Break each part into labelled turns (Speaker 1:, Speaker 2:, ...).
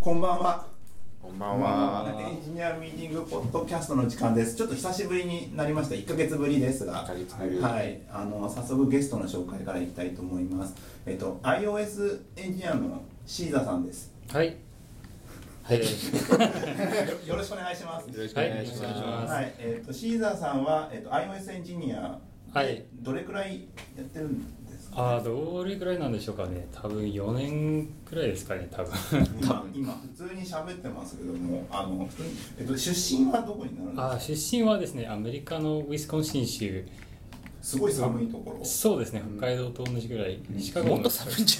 Speaker 1: こんばんは。
Speaker 2: こんばんは。
Speaker 1: エンジニアミーティングポッドキャストの時間です。ちょっと久しぶりになりました。1ヶ月ぶりですが。
Speaker 2: 1ヶ月ぶり
Speaker 1: はい。あの早速ゲストの紹介からいきたいと思います。えっと iOS エンジニアのシーザさん です。
Speaker 3: はい。はい。よろしく
Speaker 1: よろしくお願いします。
Speaker 2: よろしく
Speaker 3: お
Speaker 2: お
Speaker 3: 願
Speaker 2: 願
Speaker 3: い
Speaker 2: い
Speaker 3: し
Speaker 2: し
Speaker 3: ま。
Speaker 2: ますす。
Speaker 1: はい。えっとシーザさんはえっと iOS エンジニア
Speaker 3: は
Speaker 1: で
Speaker 3: い
Speaker 1: どれくらいやってるんですか。
Speaker 3: ああ、どれくらいなんでしょうかね。多分4年くらいですかね、 多分。
Speaker 1: 今今普通に喋ってますけども、あの普通にえっと出身はどこになるんです
Speaker 3: あ
Speaker 1: か
Speaker 3: ー。出身はですね、アメリカのウィスコンシン州。
Speaker 1: すごい寒いところ。
Speaker 3: そうですね、北海道と同じぐらい。シカゴの。
Speaker 4: もっと寒いんじ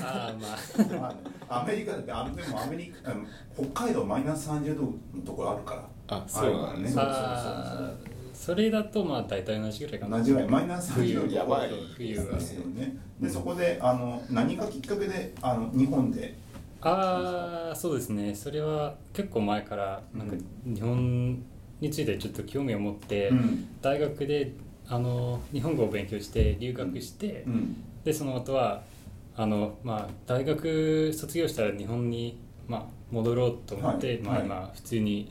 Speaker 4: ゃ ない
Speaker 3: ああ、まあ。
Speaker 1: まあアメリカだってあでもアメリカあの北海道マイナス30度のところあるから
Speaker 2: あ、そうだ ね。
Speaker 1: そう
Speaker 3: あーそれだとまあ大体同じぐらいかな。
Speaker 1: 同じぐらいマイナス30度
Speaker 3: 冬
Speaker 2: やばい
Speaker 3: 冬は。
Speaker 1: ですよねでそこであの何がきっかけであの日本で
Speaker 3: ああそうですねそれは結構前からなんか日本についてちょっと興味を持って、
Speaker 1: うん
Speaker 3: 大学であの日本語を勉強して留学して、
Speaker 1: うん
Speaker 3: でその後はあの、まあ、大学卒業したら日本に、まあ、戻ろうと思って、
Speaker 1: はい
Speaker 3: まあ、
Speaker 1: はい
Speaker 3: 今普通に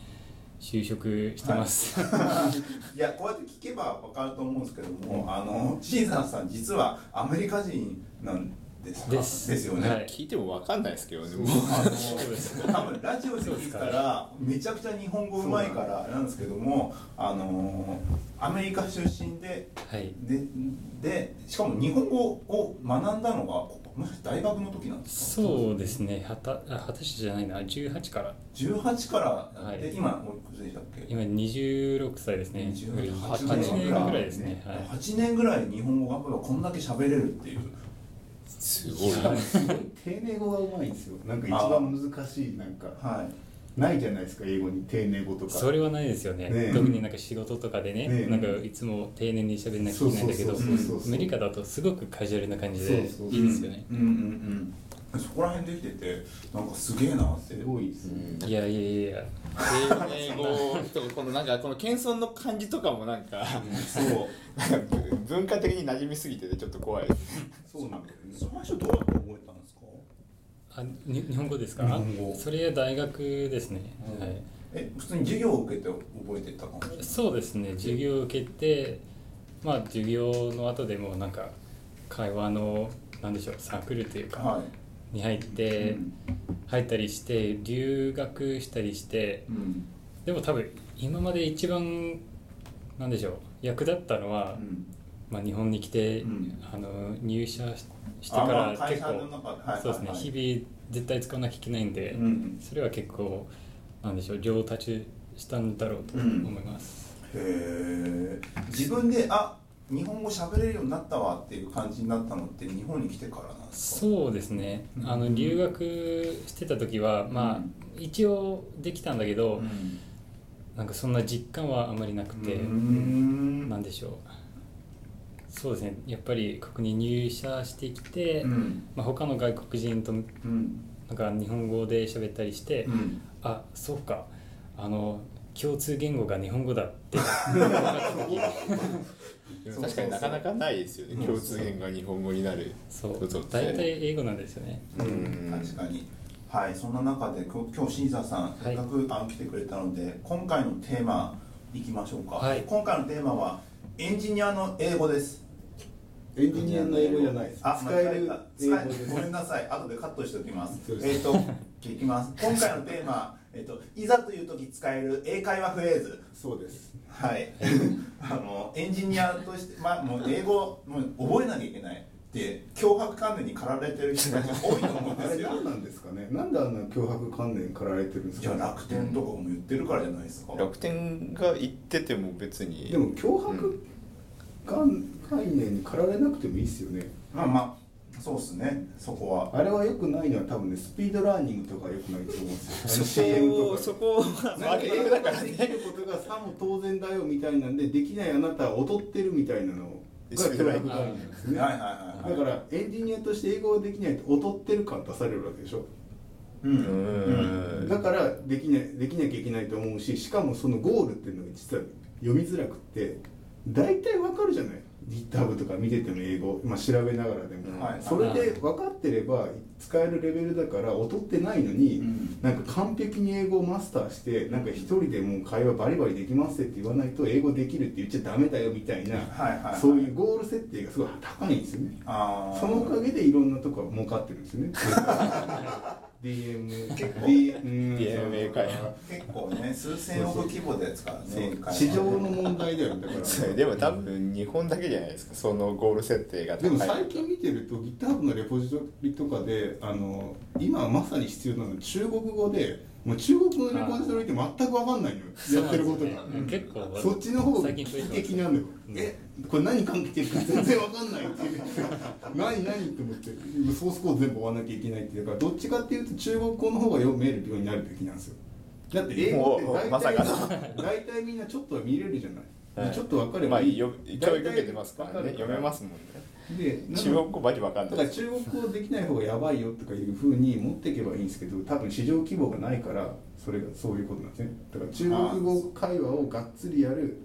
Speaker 3: 就職してます、
Speaker 1: いやこうやって聞けば分かると思うんですけども、あのシーザーさん実はアメリカ人なんですか
Speaker 3: です
Speaker 1: よね、
Speaker 3: はい
Speaker 2: 聞いてもわかんないですけどね。もう
Speaker 1: あ
Speaker 3: うです
Speaker 1: の多分ラジオで聞いたらめちゃくちゃ日本語うまいからなんですけどもあのアメリカ出身で
Speaker 3: はい
Speaker 1: ででしかも日本語を学んだのがここもしかして大学の時なんですか
Speaker 3: そうですね二十あ二十歳じゃないな18から
Speaker 1: 18からやって、
Speaker 3: はい
Speaker 1: 今おいくつでしたっけ
Speaker 3: 今26歳ですね
Speaker 1: 28
Speaker 3: 8年ぐらいですね、はい
Speaker 1: 8年ぐらい日本語学部がこんだけ喋れるっていう
Speaker 2: すごい
Speaker 4: のすごい丁寧語がうまいんですよなんか一番難しいなんか
Speaker 1: はい
Speaker 4: ないじゃないですか英語に丁寧語とか
Speaker 3: それはないですよね
Speaker 4: ねえ
Speaker 3: 特になんか仕事とかでね
Speaker 4: ねえ
Speaker 3: なんかいつも丁寧に喋んなきゃいけないんだけど
Speaker 4: そう
Speaker 1: そうそうそう
Speaker 4: そう
Speaker 3: アメリカだとすごくカジュアルな感じで
Speaker 4: そうそう
Speaker 3: いいですよね
Speaker 1: うんうんうんうんそこら辺できててなんかすげえなって
Speaker 4: すごいですね
Speaker 3: いやいやいやいや
Speaker 2: 英語とこのなんかこの謙遜の感じとかもなんか
Speaker 1: そう
Speaker 2: なんか文化的に馴染みすぎててちょっと怖いです。
Speaker 1: そうなんだよね最初どうやって覚えたんですか
Speaker 3: あに日本語ですか
Speaker 1: 日本語
Speaker 3: それは大学ですね、
Speaker 1: うん
Speaker 3: はい
Speaker 1: え普通に授業を受けて覚えてった感じ
Speaker 3: そうですね授業を受けてまあ授業の後でもなんか会話のなんでしょうサークルというか、
Speaker 1: は
Speaker 3: に入っ
Speaker 1: い
Speaker 3: て、
Speaker 1: うん
Speaker 3: 入ったりして留学したりして
Speaker 1: うん
Speaker 3: でも多分今まで一番なんでしょう役立ったのは、
Speaker 1: うん
Speaker 3: まあ、日本に来て、
Speaker 1: うん
Speaker 3: あの入社しして
Speaker 1: あ
Speaker 3: か
Speaker 1: まあ
Speaker 3: ら
Speaker 1: 会
Speaker 3: 結
Speaker 1: 社
Speaker 3: 構、
Speaker 1: の中ではい
Speaker 3: そうですね、
Speaker 1: はいはい
Speaker 3: 日々絶対使わなきゃいけないんで、
Speaker 1: うん
Speaker 3: それは結構なんでしょう上達したんだろうと思います、
Speaker 1: へえ自分であ日本語喋れるようになったわっていう感じになったのって日本に来てからなんですか
Speaker 3: そうですねあ
Speaker 1: う
Speaker 3: の
Speaker 1: ん
Speaker 3: 留学してた時は、まあ、
Speaker 1: うん
Speaker 3: 一応できたんだけど、
Speaker 1: ん
Speaker 3: なんかそんな実感はあまりなくて、
Speaker 1: うん
Speaker 3: なんでしょうそうですねやっぱりここに入社してきて、
Speaker 1: うん
Speaker 3: まあ、他の外国人と
Speaker 1: うん
Speaker 3: なんか日本語で喋ったりして、
Speaker 1: うん
Speaker 3: あそうかあの共通言語が日本語だって
Speaker 1: そう
Speaker 2: 確かになかなかないですよね。共通言語が日本語になる
Speaker 3: そ
Speaker 2: こ
Speaker 3: う
Speaker 2: とって。
Speaker 3: 大体英語なんですよね
Speaker 2: うん
Speaker 1: 確かにはいそんな中で今日今日シーザーさんせっかく、あの来てくれたので今回のテーマいきましょうか、
Speaker 3: はい
Speaker 1: 今回のテーマはエンジニアの英語です
Speaker 4: エンジニアの英語じゃないです
Speaker 1: あ、
Speaker 4: 使え
Speaker 1: 間違え
Speaker 4: る
Speaker 1: た
Speaker 4: 英
Speaker 1: 使
Speaker 4: 語
Speaker 1: え
Speaker 4: です
Speaker 1: ごめんなさい。後でカットしておきます
Speaker 4: そう。で
Speaker 1: えっと、いき ます。今回のテーマ、えっと、いざという時使える英会話フレーズ。
Speaker 4: そうです
Speaker 1: はい。あの、エンジニアとして、まあ、もう英語、もう覚えなきゃいけない。って脅迫観念に駆られてる人が多いと思うん
Speaker 4: あ
Speaker 1: で
Speaker 4: れ
Speaker 1: すよ。
Speaker 4: 何なんですかねなんであんな脅迫観念に駆られてるんです
Speaker 1: じゃ
Speaker 4: か
Speaker 1: あ楽天とかも言ってるからじゃないですか。
Speaker 2: 楽天が言ってても別に。
Speaker 4: でも脅迫観概念に駆られなくてもいいですよね
Speaker 1: まあまあ、そうですね。そこは。
Speaker 4: あれは良くないのは多分ねスピードラーニングとかは良くないと思うんで す
Speaker 2: そ
Speaker 4: よ CM
Speaker 2: こを
Speaker 4: とか
Speaker 2: そこをマーケティングだから
Speaker 4: で
Speaker 2: ね。
Speaker 4: きることがさも当然だよみたいなんでできないあなたは劣ってるみたいなのが脅迫概念です
Speaker 1: はい
Speaker 4: ね
Speaker 1: はい
Speaker 4: だ
Speaker 1: はいはい。
Speaker 4: からエンジニアとして英語ができないと劣ってる感出されるわけでしょ
Speaker 1: う。
Speaker 2: うんん
Speaker 4: だからできないできなきゃいけないと思うししかもそのゴールっていうのが実は読みづらくって大体わかるじゃない GitHub とか見てても英語、まあ、調べながらでも、
Speaker 1: はい
Speaker 4: それで分かってれば使えるレベルだから劣ってないのに、
Speaker 1: うん
Speaker 4: なんか完璧に英語をマスターしてなんか一人でもう会話バリバリできますって言わないと英語できるって言っちゃダメだよみたいな、
Speaker 1: はいはいはい
Speaker 4: そういうゴール設定がすごい高いんですよね
Speaker 1: あー
Speaker 4: そのおかげでいろんなとこが儲かってるんですよね DM
Speaker 1: 結構
Speaker 4: D- うん
Speaker 2: DMA かよ
Speaker 1: 結構ね数千億規模ですから
Speaker 4: そう
Speaker 1: ね
Speaker 4: そう市場の問題だよねだから
Speaker 5: それでも多分日本だけじゃないですかそのゴール設定が高
Speaker 4: で
Speaker 5: い
Speaker 4: も最近見てると GitHub のレポジトリとかであの今まさに必要なのは中国語でもう中国のレポジトリって全く分かんないのよやってることが、
Speaker 3: そうなんですよね結構
Speaker 4: そっちの方が
Speaker 3: 最
Speaker 4: 危
Speaker 3: 近増え
Speaker 4: 機
Speaker 3: てます
Speaker 4: 的なのよ
Speaker 3: うん
Speaker 4: えこれ何関係してるか全然分かんないっていう 何何って思ってソースコード全部追わなきゃいけないっていうからどっちかっていうと中国語の方が読めるようになるべきなんですよだって英語
Speaker 5: おうお
Speaker 4: っ
Speaker 5: う
Speaker 4: て
Speaker 5: ま
Speaker 4: 大
Speaker 5: さ
Speaker 4: 体
Speaker 5: か
Speaker 4: 大体みんなちょっとは見れるじゃない、
Speaker 5: はい
Speaker 4: ちょっと分かれ
Speaker 5: ま
Speaker 4: ば
Speaker 5: あ
Speaker 4: いい、
Speaker 5: よ教育受けてますからね
Speaker 4: 大体わかる
Speaker 5: 読めますもんね
Speaker 4: でなの
Speaker 5: 中国語ばりわかん
Speaker 4: だ
Speaker 5: な
Speaker 4: か
Speaker 5: い
Speaker 4: ら中国語できない方がやばいよとかいうふうに持っていけばいいんですけど多分市場規模がないからそれがそういうことなんですねだから中国語会話をがっつりやる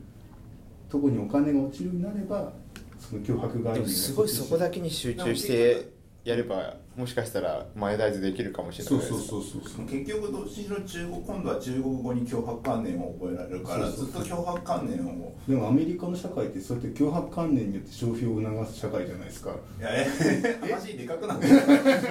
Speaker 4: とこにお金が落ちるようになればその脅迫概
Speaker 5: で
Speaker 4: 念
Speaker 5: も
Speaker 4: が
Speaker 5: すごいそこだけに集中してやればもしかしたら前大豆できるかもしれない
Speaker 4: そう
Speaker 5: です
Speaker 4: そうそうそうそう
Speaker 1: 結局どっちにしろ中国今度は中国語に脅迫観念を覚えられるから
Speaker 4: そうそうそう
Speaker 1: ずっと脅迫観念を
Speaker 4: でもアメリカの社会ってそうやって脅迫観念によって消費を促す社会じゃないですか
Speaker 1: いやえ話でかくなってる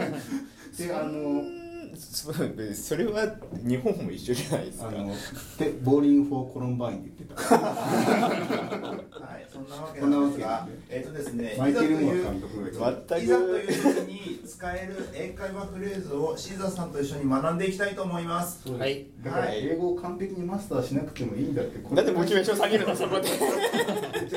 Speaker 4: であの
Speaker 5: うんそうそれは日本も一緒じゃないですか
Speaker 4: あのでボーリング・フォー・コロンバインって言ってた
Speaker 1: はいそんなわけなんですがえっとですね
Speaker 4: マイケル・モア
Speaker 1: いざという
Speaker 4: 監督が言ってた
Speaker 5: 全く
Speaker 1: いざという時に使える英会話フレーズをシーザーさんと一緒に学んでいきたいと思います
Speaker 4: そうです
Speaker 3: はい
Speaker 4: だから英語を完璧にマスターしなくてもいいんだってこれ
Speaker 5: なんでモチベーション下げるのそこで
Speaker 4: じゃ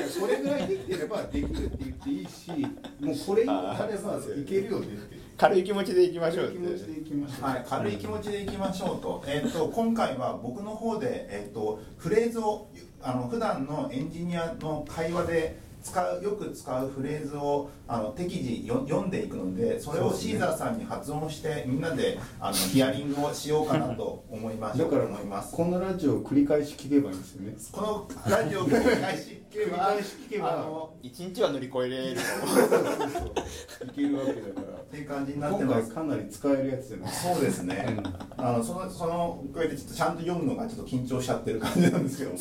Speaker 4: あこれぐらいできてればできるって言っていいしもうこれになればいけるよねっていう
Speaker 5: 軽い気持ちでいきましょうっ
Speaker 4: 気持ち
Speaker 5: て
Speaker 4: でいきましょう
Speaker 1: はい、軽い気持ちでいきましょうと,、えっと今回は僕の方で、えっとフレーズをあの普段のエンジニアの会話で使うよく使うフレーズをあの適時よ読んでいくのでそれをシーザーさんに発音してみんなであのヒアリングをしようかなと思いまし
Speaker 4: だから
Speaker 1: 思います
Speaker 4: このラジオを繰り返し聞けばいいんですよね
Speaker 1: このラジオを繰り返し聞けば
Speaker 4: 繰り返し聞けば
Speaker 1: あの
Speaker 5: 一日は乗り越えれる
Speaker 4: そうそうそういけるわけだから
Speaker 1: っていう感じになって
Speaker 4: 今
Speaker 1: ま
Speaker 4: 回
Speaker 1: す
Speaker 4: かなり使えるやつじゃない
Speaker 1: そうですね。あのそのそのこうやってちょっとちゃんと読むのがちょっと緊張しちゃってる感じなんですけど。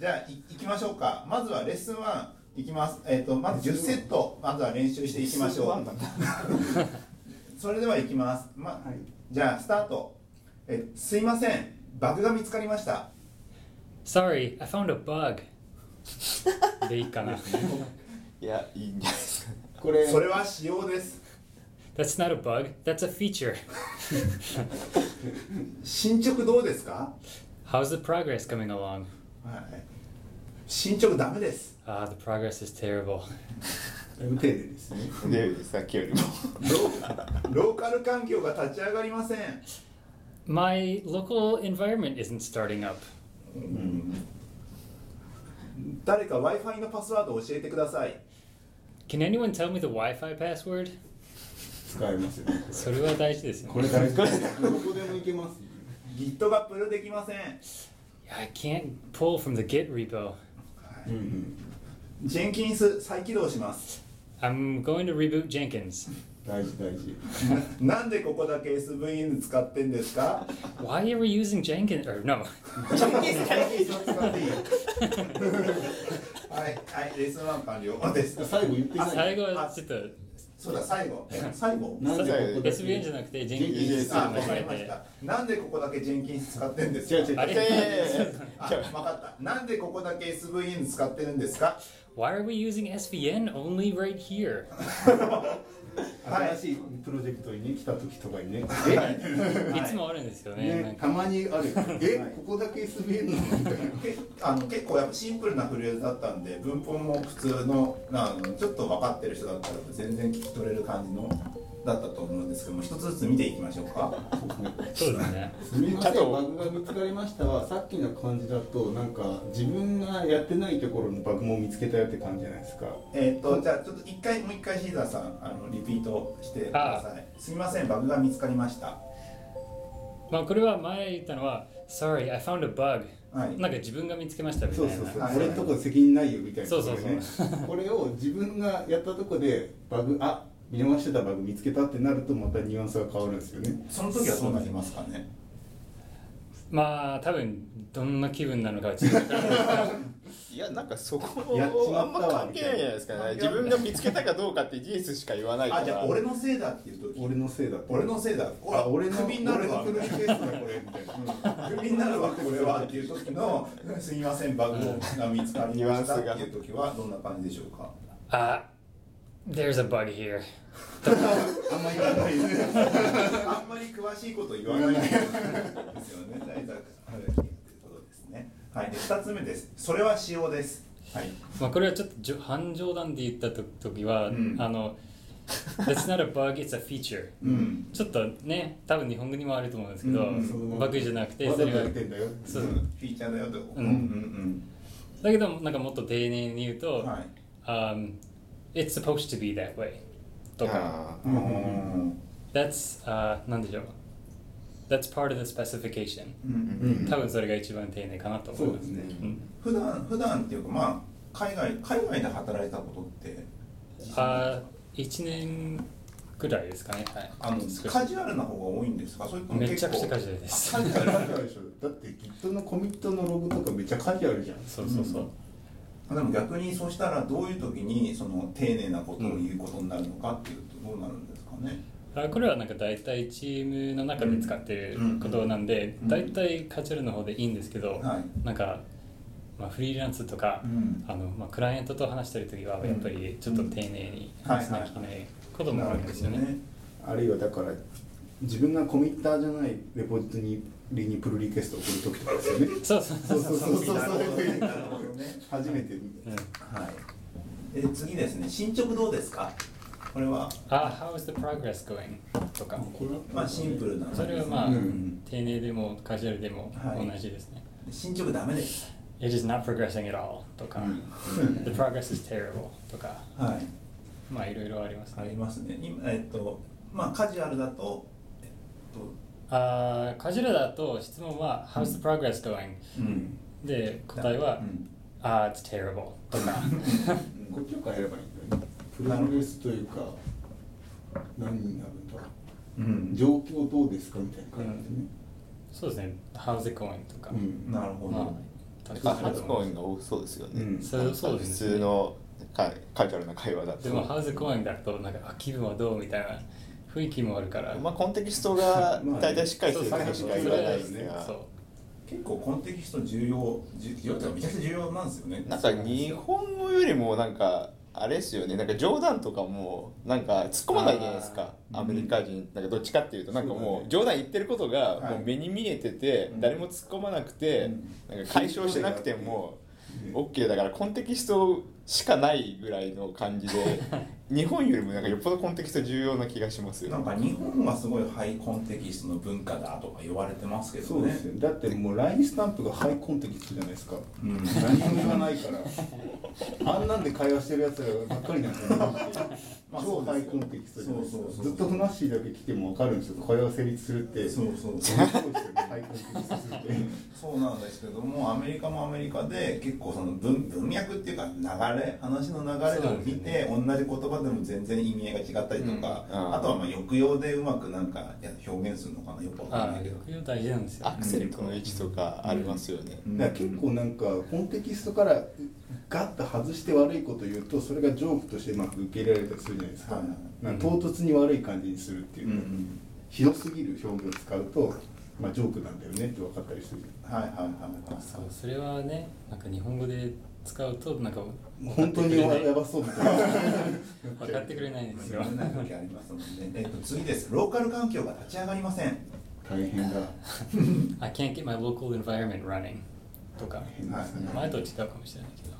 Speaker 1: じゃあい行きましょうか。まずはレッスンワンいきます。えっ、とまず10セットまずは練習していきましょう。それではいきます。ま
Speaker 4: はい
Speaker 1: じゃあスタート。えすいません。バグが見つかりました。
Speaker 3: Sorry, I found a bug でいいかな
Speaker 5: いやいいんじゃないですか
Speaker 4: これ
Speaker 1: それは仕様です。
Speaker 3: That's not a bug, that's a feature
Speaker 1: 進捗どうですか。
Speaker 3: How's the progress coming along?
Speaker 1: はい。進捗ダメです。
Speaker 3: Ah, the progress is terrible
Speaker 4: 丁寧ですね
Speaker 5: でさっきよりも
Speaker 1: ロロー カル環境が立ち上がりません。
Speaker 3: My local environment isn't starting up
Speaker 1: 誰か Wi-Fi のパスワードを教えてください。
Speaker 3: Can anyone tell me the Wi-Fi password?
Speaker 4: 使えますよね
Speaker 3: それは大事ですよ
Speaker 4: こ
Speaker 3: ね
Speaker 4: れ大事どこでもいけます
Speaker 1: Git がプルできません。
Speaker 3: I can't pull from the Git repo
Speaker 4: うんうん
Speaker 1: ジェンキンス再起動します。
Speaker 3: I'm going to reboot Jenkins
Speaker 4: 大事大事
Speaker 1: なんでここだけ SVN 使ってんですか
Speaker 3: Why are we using Jenkins? Or
Speaker 1: は
Speaker 3: no
Speaker 1: い、はい、レッスン1完了です。
Speaker 4: 最後言ってない
Speaker 3: 最後はちょっと
Speaker 1: そうだ、最後。最後
Speaker 4: なんでここだけ
Speaker 3: SVN じゃなくて Jenkins
Speaker 5: す
Speaker 1: あ、
Speaker 3: を
Speaker 1: わ
Speaker 3: 間
Speaker 1: か
Speaker 3: 違
Speaker 1: りまし
Speaker 3: え
Speaker 1: た。なんでここだけジェンキンス使ってんですか
Speaker 4: 違う違う
Speaker 3: てあれ
Speaker 5: せ
Speaker 1: あ、わかった。なんでここだけ SVN 使ってるんですか
Speaker 3: Why are we using SVN only right here?
Speaker 1: はい
Speaker 4: 新しいプロジェクトにね来た時とかにね
Speaker 3: いつもあるんですよね。なん
Speaker 4: ね
Speaker 3: か
Speaker 4: たまにあるよえここだけ SBN なのみたいな
Speaker 1: けあの結構やっぱシンプルなフレーズだったんで文法も普通のあのちょっと分かってる人だったら全然聞き取れる感じのだったと思うんですけども一つずつ見ていきましょうか
Speaker 3: そうですね。
Speaker 4: すみませんバグが見つかりましたはさっきの感じだとなんか自分がやってないところのバグも見つけたよって感じじゃないですか
Speaker 1: えっとじゃあちょっと一回もう一回シーザーさんあのリピートしてくださいすみませんバグが見つかりました
Speaker 3: まあこれは前言ったのは Sorry, I found a bug
Speaker 1: はい
Speaker 3: なんか自分が見つけましたみたい
Speaker 4: そう
Speaker 3: な
Speaker 4: そうそう、
Speaker 1: はい
Speaker 4: 俺んとこ責任ないよみたいな
Speaker 3: そうそうそう
Speaker 4: これねこれを自分がやったとこでバグあ見逃してたバグ見つけたってなるとまたニュアンスが変わるんですよね
Speaker 1: その時はどうなりますかね
Speaker 3: まあ多分どんな気分なのかは自分から
Speaker 5: いやなんかそこ
Speaker 4: やっち
Speaker 5: あ
Speaker 4: ま
Speaker 5: ん
Speaker 4: った
Speaker 5: ま
Speaker 4: わ
Speaker 5: 関係ないじゃないですかね自分が見つけたかどうかって事実しか言わないから
Speaker 1: あじゃあ俺のせいだっていう時
Speaker 4: 俺のせいだって
Speaker 1: 俺のせいだほら
Speaker 4: あ俺の
Speaker 1: クビになるわ
Speaker 4: 俺のフルケースだこれみたいな
Speaker 1: クビになるわこれはっていう時の「すみませんバグが見つかりました」っていう時はどんな感じでしょうか
Speaker 3: あ There's a bug here
Speaker 4: あんま言わないですね
Speaker 1: あんまり詳しいこと言わないですよね。大体あるということですね。はい。で二つ目です。それは使用です。はい。
Speaker 3: まあこれはちょっとじょ半冗談で言ったと時は、
Speaker 1: うん
Speaker 3: あの That's not a bug, it's a feature
Speaker 1: うん。
Speaker 3: ちょっとね多分日本語にもあると思うんですけど、
Speaker 1: うん
Speaker 3: バグじゃなくて
Speaker 4: わ
Speaker 3: そ
Speaker 4: ざと
Speaker 3: れが
Speaker 4: やってんだよ
Speaker 3: そう
Speaker 1: うんフィーチャーだよと。
Speaker 3: うん
Speaker 1: ん
Speaker 3: だけどなんかもっと丁寧に言うと、
Speaker 1: はい。
Speaker 3: um, It's supposed to be that way とか
Speaker 5: あ
Speaker 1: うんうん。
Speaker 3: That's、uh, なんでしょう That's part of the specification
Speaker 1: うん
Speaker 4: うん
Speaker 3: 多分それが一番丁寧かなと思い
Speaker 4: そう
Speaker 3: ま
Speaker 4: ですすね
Speaker 3: うん
Speaker 1: 普段普段っていうかまあ海外海外で働いたことって。
Speaker 3: あ1年ぐらいですかねはい
Speaker 1: あの
Speaker 3: 少し
Speaker 1: カジュアルな方が多いんですか。それとも
Speaker 3: めちゃくちゃカ
Speaker 1: ジ
Speaker 3: ジュアルです
Speaker 1: カジュアル
Speaker 4: カジュアルでしょだって Git のコミットのログとかめっちゃカジュアルじゃん
Speaker 3: そうそうそう、
Speaker 1: でも逆にそうしたらどういう時にその丁寧なことを言うことになるのかっていうとどうなるんですかね。
Speaker 3: あこれはなんか大体チームの中で使ってることなんで、
Speaker 1: うん
Speaker 3: 大体カジュアルの方でいいんですけど、
Speaker 1: はい。
Speaker 3: なんか、まあ、フリーランスとか、
Speaker 1: うん
Speaker 3: あのまあ、クライアントと話してる時はやっぱりちょっと丁寧に話さなきゃいけないこともあるんですよね。
Speaker 4: あるいはだから自分がコミッターじゃないレポジトリにプルリクエストを送る時とかですよね
Speaker 3: そうそうそうそう
Speaker 4: そうそう
Speaker 1: なるほどねなるほどね
Speaker 4: 初めて見
Speaker 3: うん
Speaker 1: はい。で次ですね進捗どうですか。これは
Speaker 3: あ、How is the progress going? とか
Speaker 4: た、
Speaker 1: まあシンプルな話
Speaker 3: それはまあ、
Speaker 4: うん
Speaker 3: 丁寧でもカジュアルでも
Speaker 1: はい
Speaker 3: 同じですね。
Speaker 1: 進捗ダメです。
Speaker 3: It is not progressing at all とか、The progress is terrible とか、
Speaker 1: はい。
Speaker 3: まあいろいろあります
Speaker 1: あ
Speaker 3: ね
Speaker 1: り。ますね。今えっとまあカジュアルだとえっと
Speaker 3: あーカジュアルだと質問は「How's the progress going?」
Speaker 1: うん
Speaker 3: で答えは
Speaker 1: うん
Speaker 3: 「あ It's terrible」とか
Speaker 4: こっちを変えればいいんだよねプロレスというか何になるんだろ
Speaker 1: う。
Speaker 4: うん状況どうですかみたいな感じでね、
Speaker 3: そうですね「How's it going?」とか、
Speaker 4: うん
Speaker 1: なるほ
Speaker 3: ま
Speaker 1: ど。
Speaker 3: あたくさんある
Speaker 5: 発
Speaker 3: と思い
Speaker 5: 音が多そうですよね、
Speaker 4: うん
Speaker 3: そうそうで
Speaker 5: 普
Speaker 3: すね
Speaker 5: 通のかカジュアルな会話だ
Speaker 3: ま
Speaker 5: と
Speaker 3: すでも「How's it going?」だとなんかあ気分はどうみたいな雰囲気もあるから、
Speaker 5: まあコンテキストが
Speaker 4: まあ
Speaker 5: 大体しっかりし
Speaker 3: そ
Speaker 5: て
Speaker 3: う
Speaker 5: るこ
Speaker 3: そう
Speaker 5: と
Speaker 4: 話
Speaker 5: し
Speaker 3: そ
Speaker 5: か
Speaker 3: う
Speaker 5: 言わないですが
Speaker 3: そう
Speaker 1: 結構コンテキスト重要重要っていうかめちゃくちゃ重要なんですよね。
Speaker 5: なんか日本語よりもなんかあれですよねなんか冗談とかもなんか突っ込まないじゃないですか
Speaker 1: あー
Speaker 5: アメリカ人なんかどっちかっていうとなんかもう冗談言ってることが
Speaker 1: はい
Speaker 5: もう目に見えてて誰も突っ込まなくてなんか解消してなくても
Speaker 4: うん
Speaker 5: OK だからコンテキストしかないぐらいの感じで日本よりもなんかよっぽどコンテキスト重要な気がしますよ
Speaker 1: なんか日本はすごいハイコンテキストの文化だとか言われてますけど
Speaker 4: そう
Speaker 1: ね。
Speaker 4: ですよだってもう LINE スタンプがハイコンテキストじゃないですか
Speaker 1: うん。
Speaker 4: 何も言わないから あんなんで会話してるやつらばっかりなんだなって
Speaker 1: まあ
Speaker 4: 超
Speaker 1: そう
Speaker 4: ハ
Speaker 1: で
Speaker 4: イ
Speaker 1: すよ
Speaker 4: コンテキストじゃないですか
Speaker 1: そうそうそう
Speaker 4: ずっとふなっしーだけ来ても分かるんですよ会話成立するって
Speaker 1: そうそうそう。
Speaker 4: そうですよねハイコンテキストするって
Speaker 1: そうなんですけどもアメリカもアメリカで結構その文文脈っていうか流れ話の流れを見て、同じ言葉でも全然意味合いが違ったりとか、
Speaker 5: うんあー
Speaker 1: あとはまあ抑揚でうまくなんかや表現するのかなよくわかん
Speaker 3: あ
Speaker 1: ないけど
Speaker 3: 抑揚大事なんですよ
Speaker 5: アクセントの位置とかありますよね、
Speaker 1: うん
Speaker 4: だから結構なんかコンテキストからガッと外して悪いこと言うとそれがジョークとしてうまく受け入れられたりするじゃないですか,、
Speaker 1: はい
Speaker 4: なんか唐突に悪い感じにするっていうう、
Speaker 1: ん
Speaker 4: ひどすぎる表現を使うと、まあ、ジョークなんだよねって分かったりする
Speaker 1: はいはいはいはい
Speaker 3: そうそれはねなんか日本語で使うとなんか
Speaker 4: 本当にやばそうみたいな
Speaker 3: 分かってくれないんですよ
Speaker 1: 読めない時ありますもんねえっと次ですローカル環境が立ち上がりません
Speaker 4: 大変だ
Speaker 3: I can't get my local environment running とか
Speaker 4: 変ですね
Speaker 3: 前とは違うかもしれないけど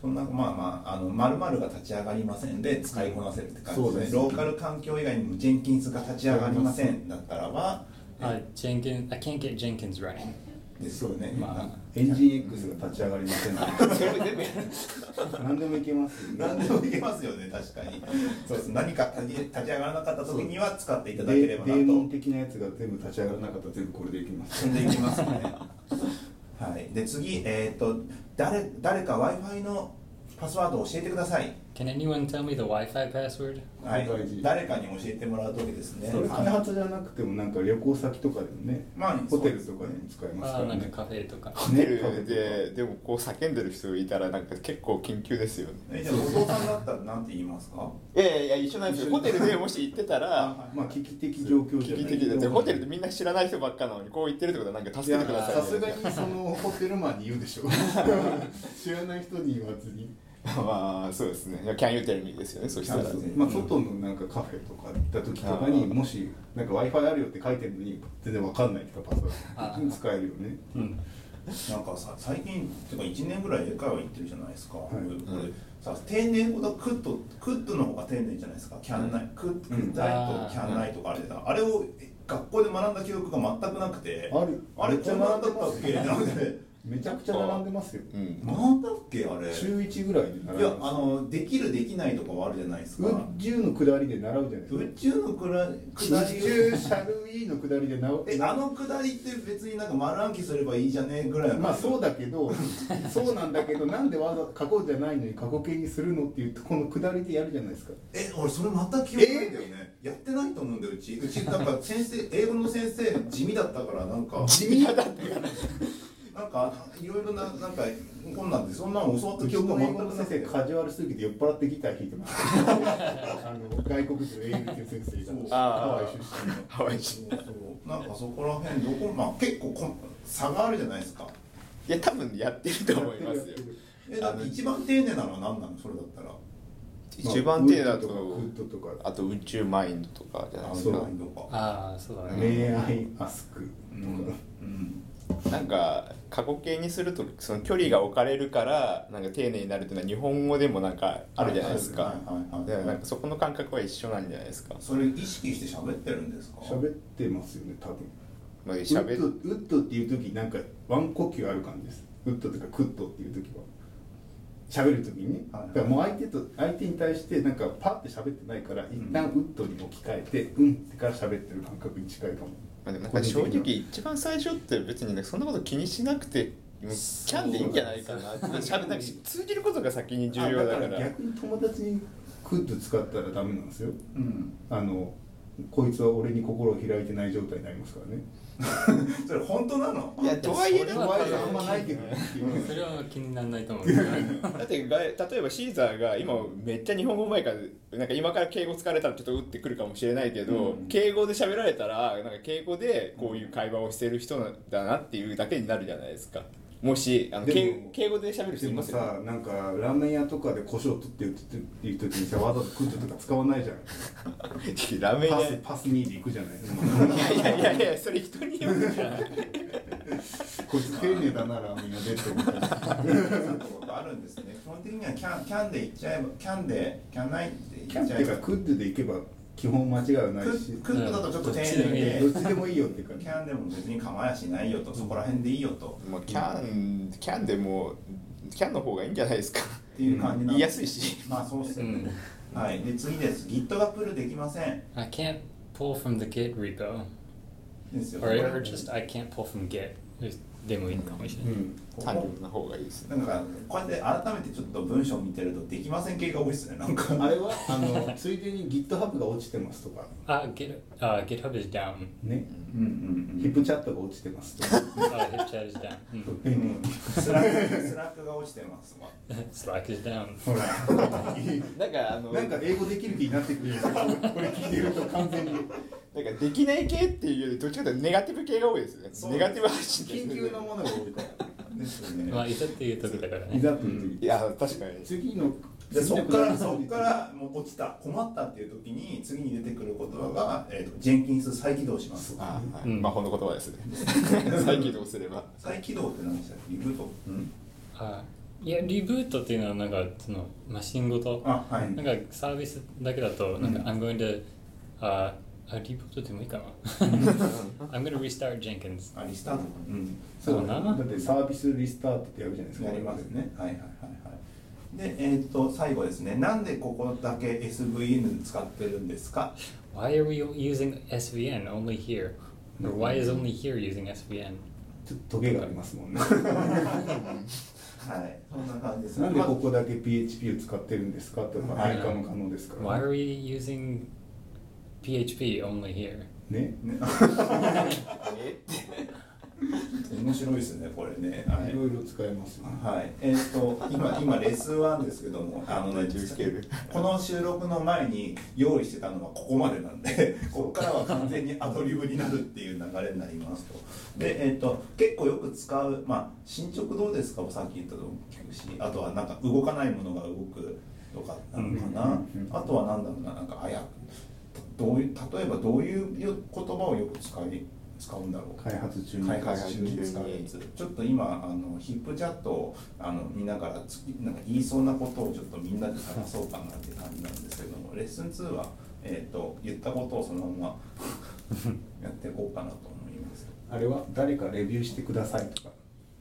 Speaker 1: そんなまあまああの丸々が立ち上がりませんで使いこなせるって感じ
Speaker 4: そう
Speaker 1: で
Speaker 4: ですす
Speaker 1: ねローカル環境以外にもジェンキンスが立ち上がりませんだったらは
Speaker 3: あ Jenkins I can't get Jenkins running
Speaker 1: ですよね
Speaker 3: まあ
Speaker 4: エンジン X が立ち上がりませんので
Speaker 5: それ全部やる
Speaker 4: 何でもいけますよね
Speaker 1: 何でもいけますよね確かにそうです何か立ち立ち上がらなかった時には使っていただければなと
Speaker 4: デーモン的なやつが全部立ち上がらなかったら全部これでいきます
Speaker 1: 進んでいきますねはい、で次、えー、と誰誰か w i f i のパスワードを教えてください、
Speaker 3: Can anyone tell me the Wi-Fi password?
Speaker 1: はい
Speaker 4: 大事、
Speaker 1: 誰かに教えてもらうときですね
Speaker 4: それ開
Speaker 1: はい
Speaker 4: 発じゃなくてもなんか旅行先とかでもね、
Speaker 1: まあ
Speaker 4: ホテルとかでも使えますか
Speaker 3: あー
Speaker 4: ら
Speaker 3: なん
Speaker 4: ね
Speaker 3: かカフェとか。
Speaker 5: ホテル
Speaker 4: ね食べて
Speaker 5: で、でもこう叫んでる人いたら、なんか結構緊急ですよね。
Speaker 1: えじゃあ後藤さんだったらなんて言いますか
Speaker 5: いやいやいや、一緒なんですよ。ホテルでもし行ってたら、
Speaker 4: まあ危機的状況じ
Speaker 5: 危
Speaker 4: ゃない
Speaker 5: 機的だって、ホテルでみんな知らない人ばっかなのに、こう言ってるってことは、なんか
Speaker 4: い
Speaker 5: 助
Speaker 4: や
Speaker 5: けてくださいね。
Speaker 4: さすがにそのホテルマンに言う でしょ知らない人に言わずに
Speaker 5: まあ、そうですね。いや Can you tell me ですよね、そしたらね。
Speaker 4: まあ、外のなんかカフェとか行った時とかに
Speaker 5: あー
Speaker 4: もし「なんか w i f i あるよ」って書いてるのに全然わかんないとかパスワ
Speaker 3: あ
Speaker 4: ード
Speaker 3: ー
Speaker 4: 使えるよね
Speaker 3: うん。
Speaker 1: なんかさ最近てか1年ぐらい英会話行ってるじゃないですか、
Speaker 4: い
Speaker 1: これこれ
Speaker 5: うん
Speaker 1: さ丁寧語だクッとクッとの方が丁寧じゃないですかキャンナイ、クックッダイ
Speaker 3: あ
Speaker 1: と
Speaker 3: ー
Speaker 1: キャンナイとかあれだ、あれをえ学校で学んだ記憶が全くなくて
Speaker 4: ある
Speaker 1: あれ
Speaker 4: めっち
Speaker 1: こ
Speaker 4: ゃ
Speaker 1: んなんだ
Speaker 4: 並
Speaker 1: った
Speaker 4: んでま
Speaker 1: っ
Speaker 4: す
Speaker 1: け
Speaker 4: よ
Speaker 1: なんで
Speaker 4: めちゃくちゃ並んでますよ
Speaker 5: うん。
Speaker 1: なんだっけあれ
Speaker 4: 中1ぐらいで
Speaker 1: い
Speaker 4: 並
Speaker 1: や
Speaker 4: んで
Speaker 1: あ
Speaker 4: ま
Speaker 1: のできるできないとかはあるじゃないです
Speaker 4: す
Speaker 1: か
Speaker 4: 宇宙の下りで習うじゃないですか
Speaker 1: 宇宙のくら
Speaker 4: 宇
Speaker 1: 下り
Speaker 4: 宙シャルウィーの下りで 習う
Speaker 1: えあのくだりって別になんか丸暗記すればいいじゃねえぐらいの
Speaker 4: まあそうだけどそうなんだけどなんでわざわざ過去じゃないのに過去形にするのっていうとこの下りでやるじゃないですか
Speaker 1: え俺それまた記憶ないんだよねやってないと思うんだようちうちなんか先生英語の先生地味だったからなんか
Speaker 5: 地味だって。
Speaker 1: なんかいろいろななんかこんなんでそんなの教わった
Speaker 4: うち
Speaker 1: 記憶
Speaker 4: の
Speaker 1: が
Speaker 4: 英
Speaker 1: 全
Speaker 4: 語の
Speaker 1: くな
Speaker 4: 先
Speaker 1: く
Speaker 4: 生
Speaker 1: て
Speaker 4: カジュアルすぎて酔っ払ってギター弾いて ますあの外国人の英語っていう先生
Speaker 1: そう
Speaker 4: がハワイ出身の
Speaker 5: ハワイ人。
Speaker 1: そうそうなんかそこら辺どこまあ結構こん差があるじゃないですか
Speaker 5: いや、多分やってると思いますよ
Speaker 4: やって。る
Speaker 1: えだって一番丁寧なのは何なのそれだったら
Speaker 5: 一番手だ
Speaker 4: まあ
Speaker 5: と
Speaker 4: ウ、ッドとかクッドとか
Speaker 5: あと宇宙マインドとかじゃないです
Speaker 4: そう
Speaker 5: か
Speaker 1: あ。のとか
Speaker 3: ああ、そうだね。
Speaker 4: 恋愛アスクとか、
Speaker 1: うん
Speaker 5: なんか過去形にするとその距離が置かれるからなんか丁寧になるっていうのは日本語でもなんかあるじゃないですか。
Speaker 1: はいはいはいはい
Speaker 5: だからなんかそこの感覚は一緒なんじゃないですか。
Speaker 1: それ意識して喋ってるんですか
Speaker 4: 喋ってますよね多分
Speaker 5: まあ
Speaker 4: ウッド
Speaker 5: 喋っ
Speaker 4: ウッドっていう時なんかワン呼吸ある感じですウッドとかクッドっていう時は喋る時にね、
Speaker 1: はい
Speaker 4: だからもう相手と相手に対してなんかパッて喋ってないから一旦ウッドに置き換えてうんってから喋ってる感覚に近いかも
Speaker 5: まあでもなんか正直一番最初って別にねそんなこと気にしなくてもうキャンでいいんじゃないかな って喋なんか通じることが先に重要だか
Speaker 4: あ
Speaker 5: ら。
Speaker 4: 逆に友達にクッド使ったらダメなんですよ
Speaker 1: うん
Speaker 4: あのこいつは俺に心を開いてない状態になりますからね
Speaker 1: それ本当なの
Speaker 5: いやとはいえ
Speaker 3: そ
Speaker 5: で
Speaker 3: れ
Speaker 5: も
Speaker 3: は
Speaker 4: 怖いあんまないけどねっていう
Speaker 3: それは気にならないと思うけど。
Speaker 5: だってが例えばシーザーが今めっちゃ日本語うまいからなんか今から敬語使われたらちょっと打ってくるかもしれないけど、敬語で喋られたらなんか敬語でこういう会話をしてる人だなっていうだけになるじゃないですかもしあの
Speaker 4: でも
Speaker 5: 敬敬語で喋る人
Speaker 4: で
Speaker 5: い
Speaker 4: も
Speaker 5: ますよ、ね
Speaker 4: さ、なんかラーメン屋とかで胡椒を取ってるっていう時にさわざとクッドとか使わないじゃん
Speaker 5: ラーメン
Speaker 4: パ
Speaker 5: 屋
Speaker 4: スパス2で行くじゃない
Speaker 5: いやいやいやいやそれ人によるじゃん
Speaker 4: こいつ丁寧だなラーメン屋でって思った
Speaker 1: あるんですね基本的にはキャンキャンで行っちゃえばキャンでキャンないって
Speaker 4: キャ
Speaker 1: 言っ
Speaker 4: ンっ
Speaker 1: ちゃ
Speaker 4: て
Speaker 1: え
Speaker 4: いうか
Speaker 1: ば
Speaker 4: クッドで行けば基本間違いはないし
Speaker 1: ククックだとちょっと丁寧で
Speaker 4: どっちでもいいよっていうか
Speaker 1: キャンでも別に構やしないよとそこら辺でいいよと
Speaker 5: もうキャンキャンでもうキャンの方がいいんじゃないですか
Speaker 1: っていう感じな
Speaker 5: 言
Speaker 1: ん
Speaker 5: い
Speaker 1: で
Speaker 5: や
Speaker 1: す
Speaker 5: すいし
Speaker 1: まあそうです
Speaker 3: う
Speaker 1: よね
Speaker 3: ん。
Speaker 1: はいで次です Git がプルできません
Speaker 3: I can't pull from the Git repo.
Speaker 1: ですよ
Speaker 3: Or, or just I can't pull from Git. でもいいかもしれ
Speaker 4: う
Speaker 3: ない。
Speaker 4: ん
Speaker 5: 単純な方がいいですね
Speaker 1: なんかこうやって改めてちょっと文章見てるとできません系が多いですねなんか
Speaker 4: あれはあのついでに GitHub が落ちてますとか
Speaker 3: あ、Git、あ、GitHub is down.
Speaker 4: ね
Speaker 1: うんうん
Speaker 4: ヒップチャットが落ちてますとか
Speaker 3: あ、HipChat is down. Hmm. う
Speaker 4: うん
Speaker 3: ん
Speaker 1: うんスラックスラックが落ちてますわ
Speaker 3: Slack is down.
Speaker 4: ほら
Speaker 5: なんかあの
Speaker 4: なんか英語できる気になってくるんですよこれ聞いてると完全に
Speaker 5: なんかできない系っていうよりどっちかというとネガティブ系が多いですね
Speaker 1: そう
Speaker 5: ネガティブ発信ですね
Speaker 4: 緊急のものが多いから
Speaker 1: ですよね
Speaker 3: まあ、いざっていう時だから
Speaker 4: い
Speaker 3: ね。
Speaker 4: ざという
Speaker 5: い
Speaker 4: 時
Speaker 5: や確かに
Speaker 4: 次の
Speaker 1: でそこからそこからもう落ちた困ったっていう時に次に出てくる言葉が、えー、とジェンキンス再起動します
Speaker 5: あ、はい
Speaker 3: うん
Speaker 5: 魔法の言葉ですね再起動すれば
Speaker 1: 再起動って何でしたっけリブート、
Speaker 3: あいや、リブートっていうのはなんか、その、マシンごと。
Speaker 1: あはい
Speaker 3: なんかサービスだけだと、なんか、
Speaker 1: うん
Speaker 3: I'm going to、あ、あリブートでもいいかな。I'm going to restart Jenkins.
Speaker 1: あリスタートうん
Speaker 4: そうだなだってサービスリスタートってやるじゃないですか
Speaker 1: やりますねはいはいはいはいでえっ、と最後ですねなんでここだけ SVN 使ってるんですか
Speaker 3: Why are we using SVN only here? Or why is only here using SVN?
Speaker 4: ちょっとトゲがありま すもんね
Speaker 1: はい、そんな感じです
Speaker 4: なんでこ
Speaker 1: ま
Speaker 4: こだけ PHP を使ってるんですかとか
Speaker 1: はい
Speaker 4: 変換も可能ですか
Speaker 3: Why
Speaker 4: ら
Speaker 3: are we using PHP only here?
Speaker 4: ね
Speaker 1: あ面白いですねこれねはい
Speaker 4: いろいろ使えますよね
Speaker 1: はい、えーっ、と今今レス1ですけどもあのねこの収録の前に用意してたのはここまでなんで ここからは完全にアドリブになるっていう流れになりますとで、えーっと結構よく使う、まあ、進捗どうですかもさっき言ったと聞くしあとはなんか動かないものが動くとかなのかな、
Speaker 4: うんうんうん
Speaker 1: あとはなんだろうななんかあやどういう例えばどういう言葉をよく使い使うんだろう
Speaker 4: 開発中に
Speaker 1: 開発中に使うやつちょっと今あのヒップチャットをあの見ながらつなんか言いそうなことをちょっとみんなで探そうかなって感じなんですけどもレッスン2は、えー、と言ったことをそのままやっていこうかなと思います
Speaker 4: あれは誰かレビューしてくださいとか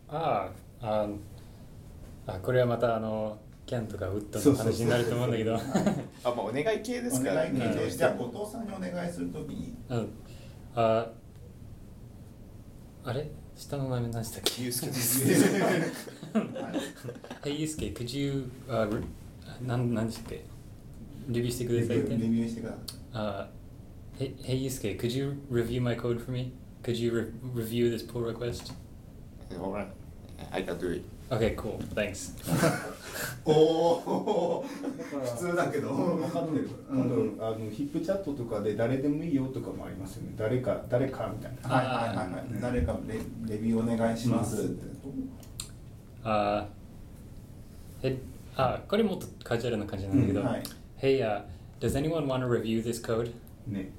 Speaker 3: ああああこれはまたあのキャンとかウッド
Speaker 4: そう
Speaker 3: の
Speaker 4: そう
Speaker 3: 話
Speaker 4: そう
Speaker 3: になると思うんだけど
Speaker 5: あまあお願い系です
Speaker 1: お
Speaker 5: から
Speaker 1: 願い
Speaker 5: ね
Speaker 1: 系
Speaker 3: う
Speaker 1: で
Speaker 3: ん
Speaker 1: じゃあ後藤さんにお願いするときに
Speaker 3: うんああれ下の名前何でしたっけ
Speaker 5: ユースケで
Speaker 3: えユースケ could you あるなんなんでしたっけレビューして
Speaker 1: レ
Speaker 3: くださいっ
Speaker 1: ビューレ
Speaker 3: て
Speaker 1: ビューしてください
Speaker 3: Uh, hey, hey Yusuke, could you review my code for me? Could you re- review this pull request?
Speaker 5: I can do it
Speaker 3: Okay, cool. Thanks.
Speaker 1: おお普通だけど
Speaker 4: 分かってるから今度あのヒップチャットとかで誰でもいいよとかもありますよね誰か誰かみたいな
Speaker 1: はいはいはいはい
Speaker 4: うん
Speaker 1: 誰かレレビューお願いしますって、
Speaker 3: Uh, hey, uh, これもっとカジュアルな感じなんだけど、
Speaker 1: うんはい
Speaker 3: Hey, uh, does anyone want to review this code?
Speaker 4: ね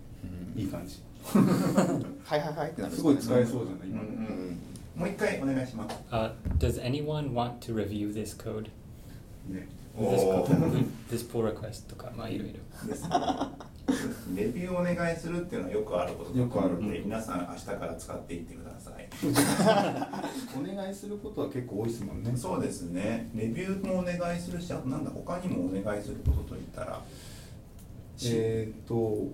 Speaker 4: いい感 じ
Speaker 5: はいはいはいってなるんですか
Speaker 4: ご
Speaker 5: ね
Speaker 4: い使えそうじゃない
Speaker 1: うんう
Speaker 4: 今の
Speaker 1: んもう一回お願いします
Speaker 3: Uh, does anyone want to review this code?
Speaker 4: ね
Speaker 3: This,
Speaker 1: お
Speaker 3: code this pull request とか、まあいろいろ。
Speaker 1: ですねレビューお願いするっていうのはよくあることだ
Speaker 4: よくある
Speaker 1: ので皆さん明日から使っていってください
Speaker 4: お願いすることは結構多いですもんね
Speaker 1: そうですねレビューもお願いするしあとなんだ他にもお願いすることといったら、し
Speaker 4: えーっと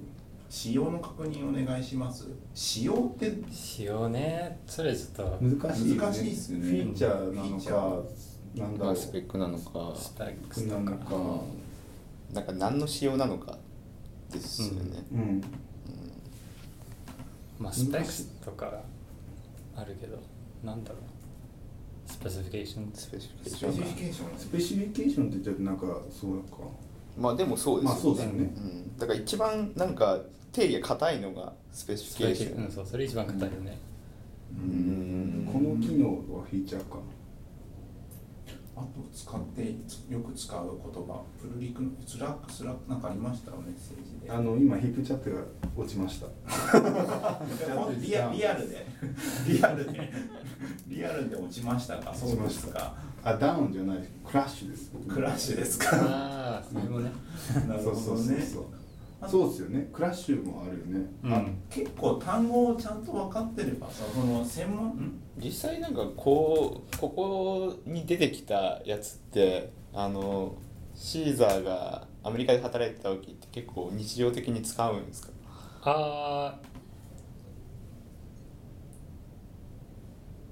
Speaker 1: 使用の確認お願いします使用って
Speaker 3: しようね。それちょっと、
Speaker 4: 難しいよね
Speaker 1: 難しいっすよね
Speaker 4: フィーチャーな
Speaker 1: フィー
Speaker 4: の
Speaker 1: チャ
Speaker 4: かなんだろう
Speaker 5: スペックなのか
Speaker 3: スペックス
Speaker 4: な
Speaker 3: と
Speaker 4: の
Speaker 3: か。
Speaker 4: か
Speaker 5: なんか何の仕様なのかですよね、
Speaker 4: うん
Speaker 3: まあ、スペックスとかあるけど、なんだろう。スペシフィケーション
Speaker 5: スペシフィケー
Speaker 1: ス
Speaker 5: シ
Speaker 1: ペ
Speaker 5: ョ
Speaker 1: シフ
Speaker 5: ン
Speaker 1: ィケーション
Speaker 4: スペシフィケーションって言っちゃってなんかそうか
Speaker 5: まあでもそうです
Speaker 4: まあそうですよね
Speaker 5: うん、だから一番なんか定義が硬いのがスペシ
Speaker 3: ス
Speaker 5: フィケ
Speaker 3: ペー
Speaker 5: ー
Speaker 3: シ
Speaker 5: シ
Speaker 3: フィ
Speaker 5: ョ
Speaker 3: ケうん、
Speaker 5: ン
Speaker 3: そう、それ一番硬いよね。
Speaker 1: う
Speaker 5: うんん
Speaker 4: この機能はフィーチャーか
Speaker 1: あと使ってよく使う言葉プルリクのスラックスラックなんかありましたメッセージで
Speaker 4: あの今ヒップチャットが落ちました
Speaker 1: リアリアルでリアルでリアルで落ちましたかそうですか
Speaker 4: あダウンじゃないクラッシュです
Speaker 1: クラッシュですか
Speaker 3: ああ、それもね。
Speaker 1: なる
Speaker 4: そうそ
Speaker 1: ほ
Speaker 4: う
Speaker 1: ど
Speaker 4: そう
Speaker 1: ね
Speaker 4: そうそうですよねクラッシュもあるよね、
Speaker 3: うん
Speaker 4: あ
Speaker 1: 結構単語をちゃんと分かってればさその専門ん
Speaker 5: 実際なんかこうここに出てきたやつってあのシーザーがアメリカで働いてた時って結構日常的に使うんですか
Speaker 3: ああ。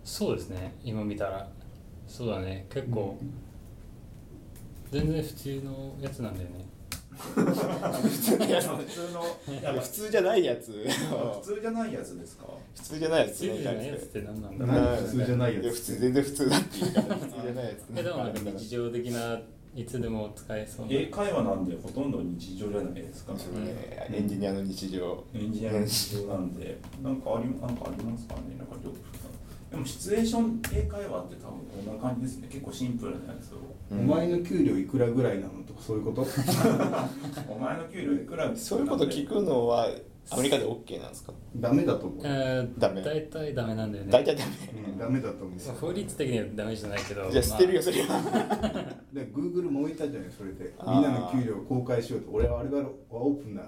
Speaker 3: そうですね、今見たら。そうだね、結構。全然普通のやつなんだよね。
Speaker 1: 普通のやっぱ
Speaker 5: 普通じゃないやつ
Speaker 1: 普通じゃないやつですか
Speaker 5: 普通じゃないや
Speaker 3: 普
Speaker 5: つ
Speaker 3: 通じゃないやつって何なんだろう。
Speaker 4: 普通じゃないやつ
Speaker 5: や普通全然普通だって言うから普通じゃないやつ
Speaker 3: え、でもなんか日常的ないつでも使えそうな。
Speaker 1: 英会話なんでほとんど日常じゃないですか
Speaker 5: ねエンジニアの日常
Speaker 1: エンジニアの日常なんでなんかありなんかありますかねなんかよくでもシチュエーション英会話って多分こんな感じですね結構シンプルなやつを
Speaker 4: お前の給料いくらぐらいなのとかそうい うこと
Speaker 1: お前の給料いくら
Speaker 5: そういうこと聞くのはアメリカで OK なんですか
Speaker 4: ダメだと思う、
Speaker 3: えー、
Speaker 5: ダメ
Speaker 3: 大体ダメなんだよね。
Speaker 5: 大体ダ
Speaker 4: うんダメだと思う
Speaker 3: まあ法律的にはダメじゃないけど。
Speaker 5: メじゃあ捨てるよ
Speaker 3: ま
Speaker 5: それは
Speaker 4: で Google 燃えたじゃないそれで
Speaker 5: あー
Speaker 4: みんなの給料を公開しようと俺はあれがオープンな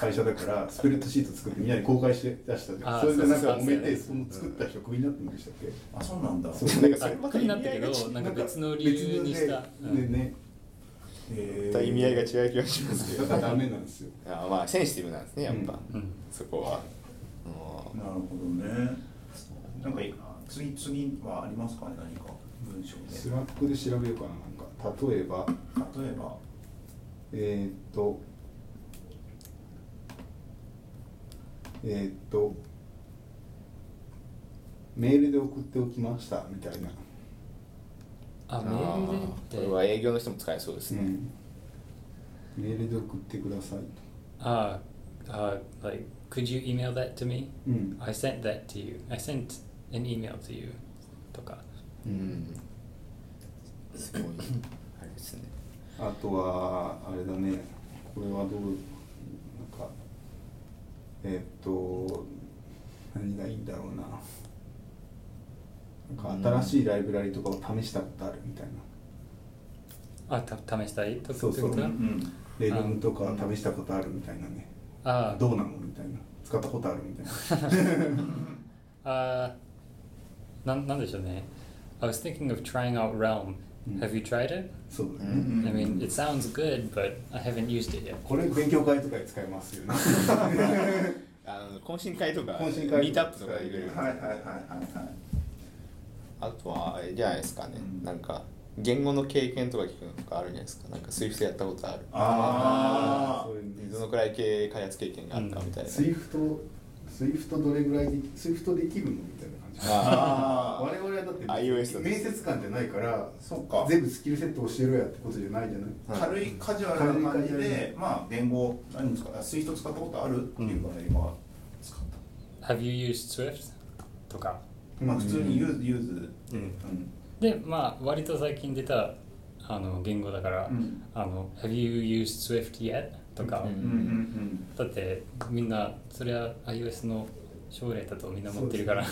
Speaker 4: 会社 だからスプレッドシート作ってみんなに公開して出したじゃん
Speaker 3: あー
Speaker 4: それでなんか
Speaker 3: そうそう
Speaker 4: 揉め
Speaker 3: そう
Speaker 4: てその作った人クビになってましたっけ
Speaker 1: あそうなんだ
Speaker 4: そう
Speaker 5: なんかそ
Speaker 3: あ
Speaker 5: れ
Speaker 3: び
Speaker 5: ま
Speaker 3: ったくり
Speaker 5: 意
Speaker 3: になっ
Speaker 5: 味
Speaker 3: た
Speaker 5: 合
Speaker 3: け
Speaker 5: いが違
Speaker 3: ど、なんか別の理由にした。
Speaker 4: 別のでで
Speaker 3: うん
Speaker 4: ね
Speaker 1: へ
Speaker 5: う
Speaker 1: ー
Speaker 5: 意味合いが違う気がしますけ
Speaker 4: だ
Speaker 5: ど
Speaker 4: からダメなんですよ
Speaker 5: あまあセンシティブなんですねやっぱ、
Speaker 4: う
Speaker 3: うん
Speaker 5: そこは、うん
Speaker 1: なるほどね。なんかいいな次次はありますかね何か文章
Speaker 4: ス
Speaker 1: で
Speaker 4: ラックで調べようかななんか例えば
Speaker 1: 例えば
Speaker 4: えー、っとえー、っとメールで送っておきましたみたいな、
Speaker 3: あ
Speaker 5: あ
Speaker 3: メール
Speaker 5: ーこ
Speaker 3: で
Speaker 5: れ
Speaker 3: っ
Speaker 5: は
Speaker 3: て
Speaker 5: 営業の人も使えそうです
Speaker 4: う
Speaker 5: ね、
Speaker 4: ん、メールで送ってくださいと、
Speaker 3: あーあー Uh, like could you email that to me
Speaker 4: うん
Speaker 3: I sent that to you I sent an email to you とか
Speaker 5: うんすごいあれですね
Speaker 4: あとはあれだねこれはどうなんかえーっと何がいいんだろうななんか新しいライブラリとかを試したことあるみたいな
Speaker 3: あた試したいとか
Speaker 4: そうそう
Speaker 3: って
Speaker 1: う
Speaker 3: こと
Speaker 1: ん
Speaker 4: レルムとか試したことあるみたいなね
Speaker 3: あー
Speaker 4: どうなのみたいな使ったことあるみ たいな
Speaker 3: あーなんなんでしょうね I was thinking of trying out Realm
Speaker 4: うん
Speaker 3: Have you tried it?
Speaker 4: そうだね、
Speaker 1: うん
Speaker 3: I mean it sounds good but I haven't used it yet
Speaker 4: これ勉強会とかで使えます よね
Speaker 5: あの懇親会とか
Speaker 4: 懇親会とか
Speaker 5: ミートアップとかでいろいろ
Speaker 1: はいはいはいはいはい
Speaker 5: あとはあれじゃないですかね、
Speaker 1: うん
Speaker 5: なんか言語の経験とか聞くのとかあるじゃないですかなんか SWIFT やったことある
Speaker 1: あ
Speaker 4: そういう
Speaker 5: どのくらい系開発経験があるかみたいな、
Speaker 4: スイフトスイフトどれぐらいでスイフトできるのみたいな感じ
Speaker 1: あ
Speaker 4: 我々はだって
Speaker 5: iOS だね
Speaker 4: 面接官じゃないから
Speaker 1: そうか
Speaker 4: 全部スキルセット教えろやってことじゃないじゃない
Speaker 1: あ軽いカジュアルな感じでまあ言語何ですかあスイート使ったことあるっていうから今使った、
Speaker 3: Have you used Swift? とか
Speaker 1: まあ普通にユーズユーズ
Speaker 3: う
Speaker 1: う
Speaker 3: ん
Speaker 1: ん
Speaker 3: でまあ割と最近出たあの言語だから、
Speaker 1: うん
Speaker 3: あの Have you used Swift yet? とか、
Speaker 5: うん
Speaker 1: うんうん
Speaker 3: だってみんなそれは iOS の奨励だとみんな持ってるからう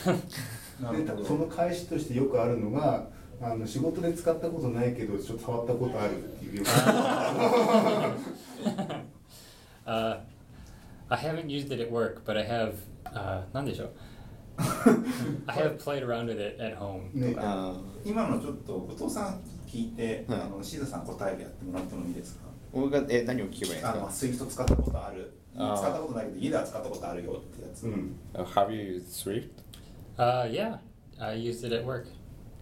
Speaker 1: な
Speaker 4: で
Speaker 1: る
Speaker 4: た
Speaker 1: ほど
Speaker 4: その返しとしてよくあるのがあの仕事で使ったことないけどちょっと触ったことあるっていうよくある
Speaker 3: I haven't used it at work but I have、uh, 何でしょう I have played around with it at home
Speaker 4: ね
Speaker 3: とか、
Speaker 5: あ
Speaker 1: 今のちょっと後藤さん聞いて、
Speaker 5: はい
Speaker 1: あのシーザさん答えをやってもらってもいいですか
Speaker 5: ー僕がえ何を聞けばいいんです
Speaker 1: あのスイート使ったことある
Speaker 5: あー
Speaker 1: 使ったことないけど家では使ったことあるよってやつ、
Speaker 4: うん
Speaker 5: か Have you used SWIFT?
Speaker 3: Uh, yeah I used it at work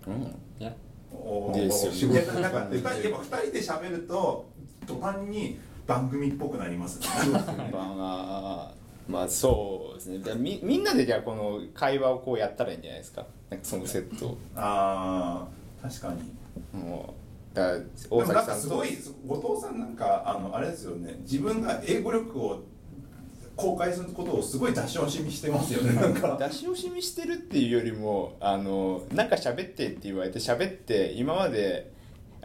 Speaker 5: うん、
Speaker 3: yeah
Speaker 1: おー
Speaker 5: ですよね
Speaker 1: いやなん か二人やっぱ二人で喋ると途端に番組っぽくなりますね
Speaker 5: まあまあそうですねじゃあみみんなでじゃあこの会話をこうやったらいいんじゃないですかなんかそのセットを
Speaker 1: ああ確かに
Speaker 5: もうだから
Speaker 1: でも
Speaker 5: 大
Speaker 1: なん
Speaker 5: 崎
Speaker 1: か
Speaker 5: さん
Speaker 1: す
Speaker 5: と
Speaker 1: ごい後藤さんなんかあのあれですよね自分が英語力を公開することをすごい出し惜しみしてますよねなんか
Speaker 5: 出し惜しみしてるっていうよりもあのなんか喋ってって言われて喋って今まで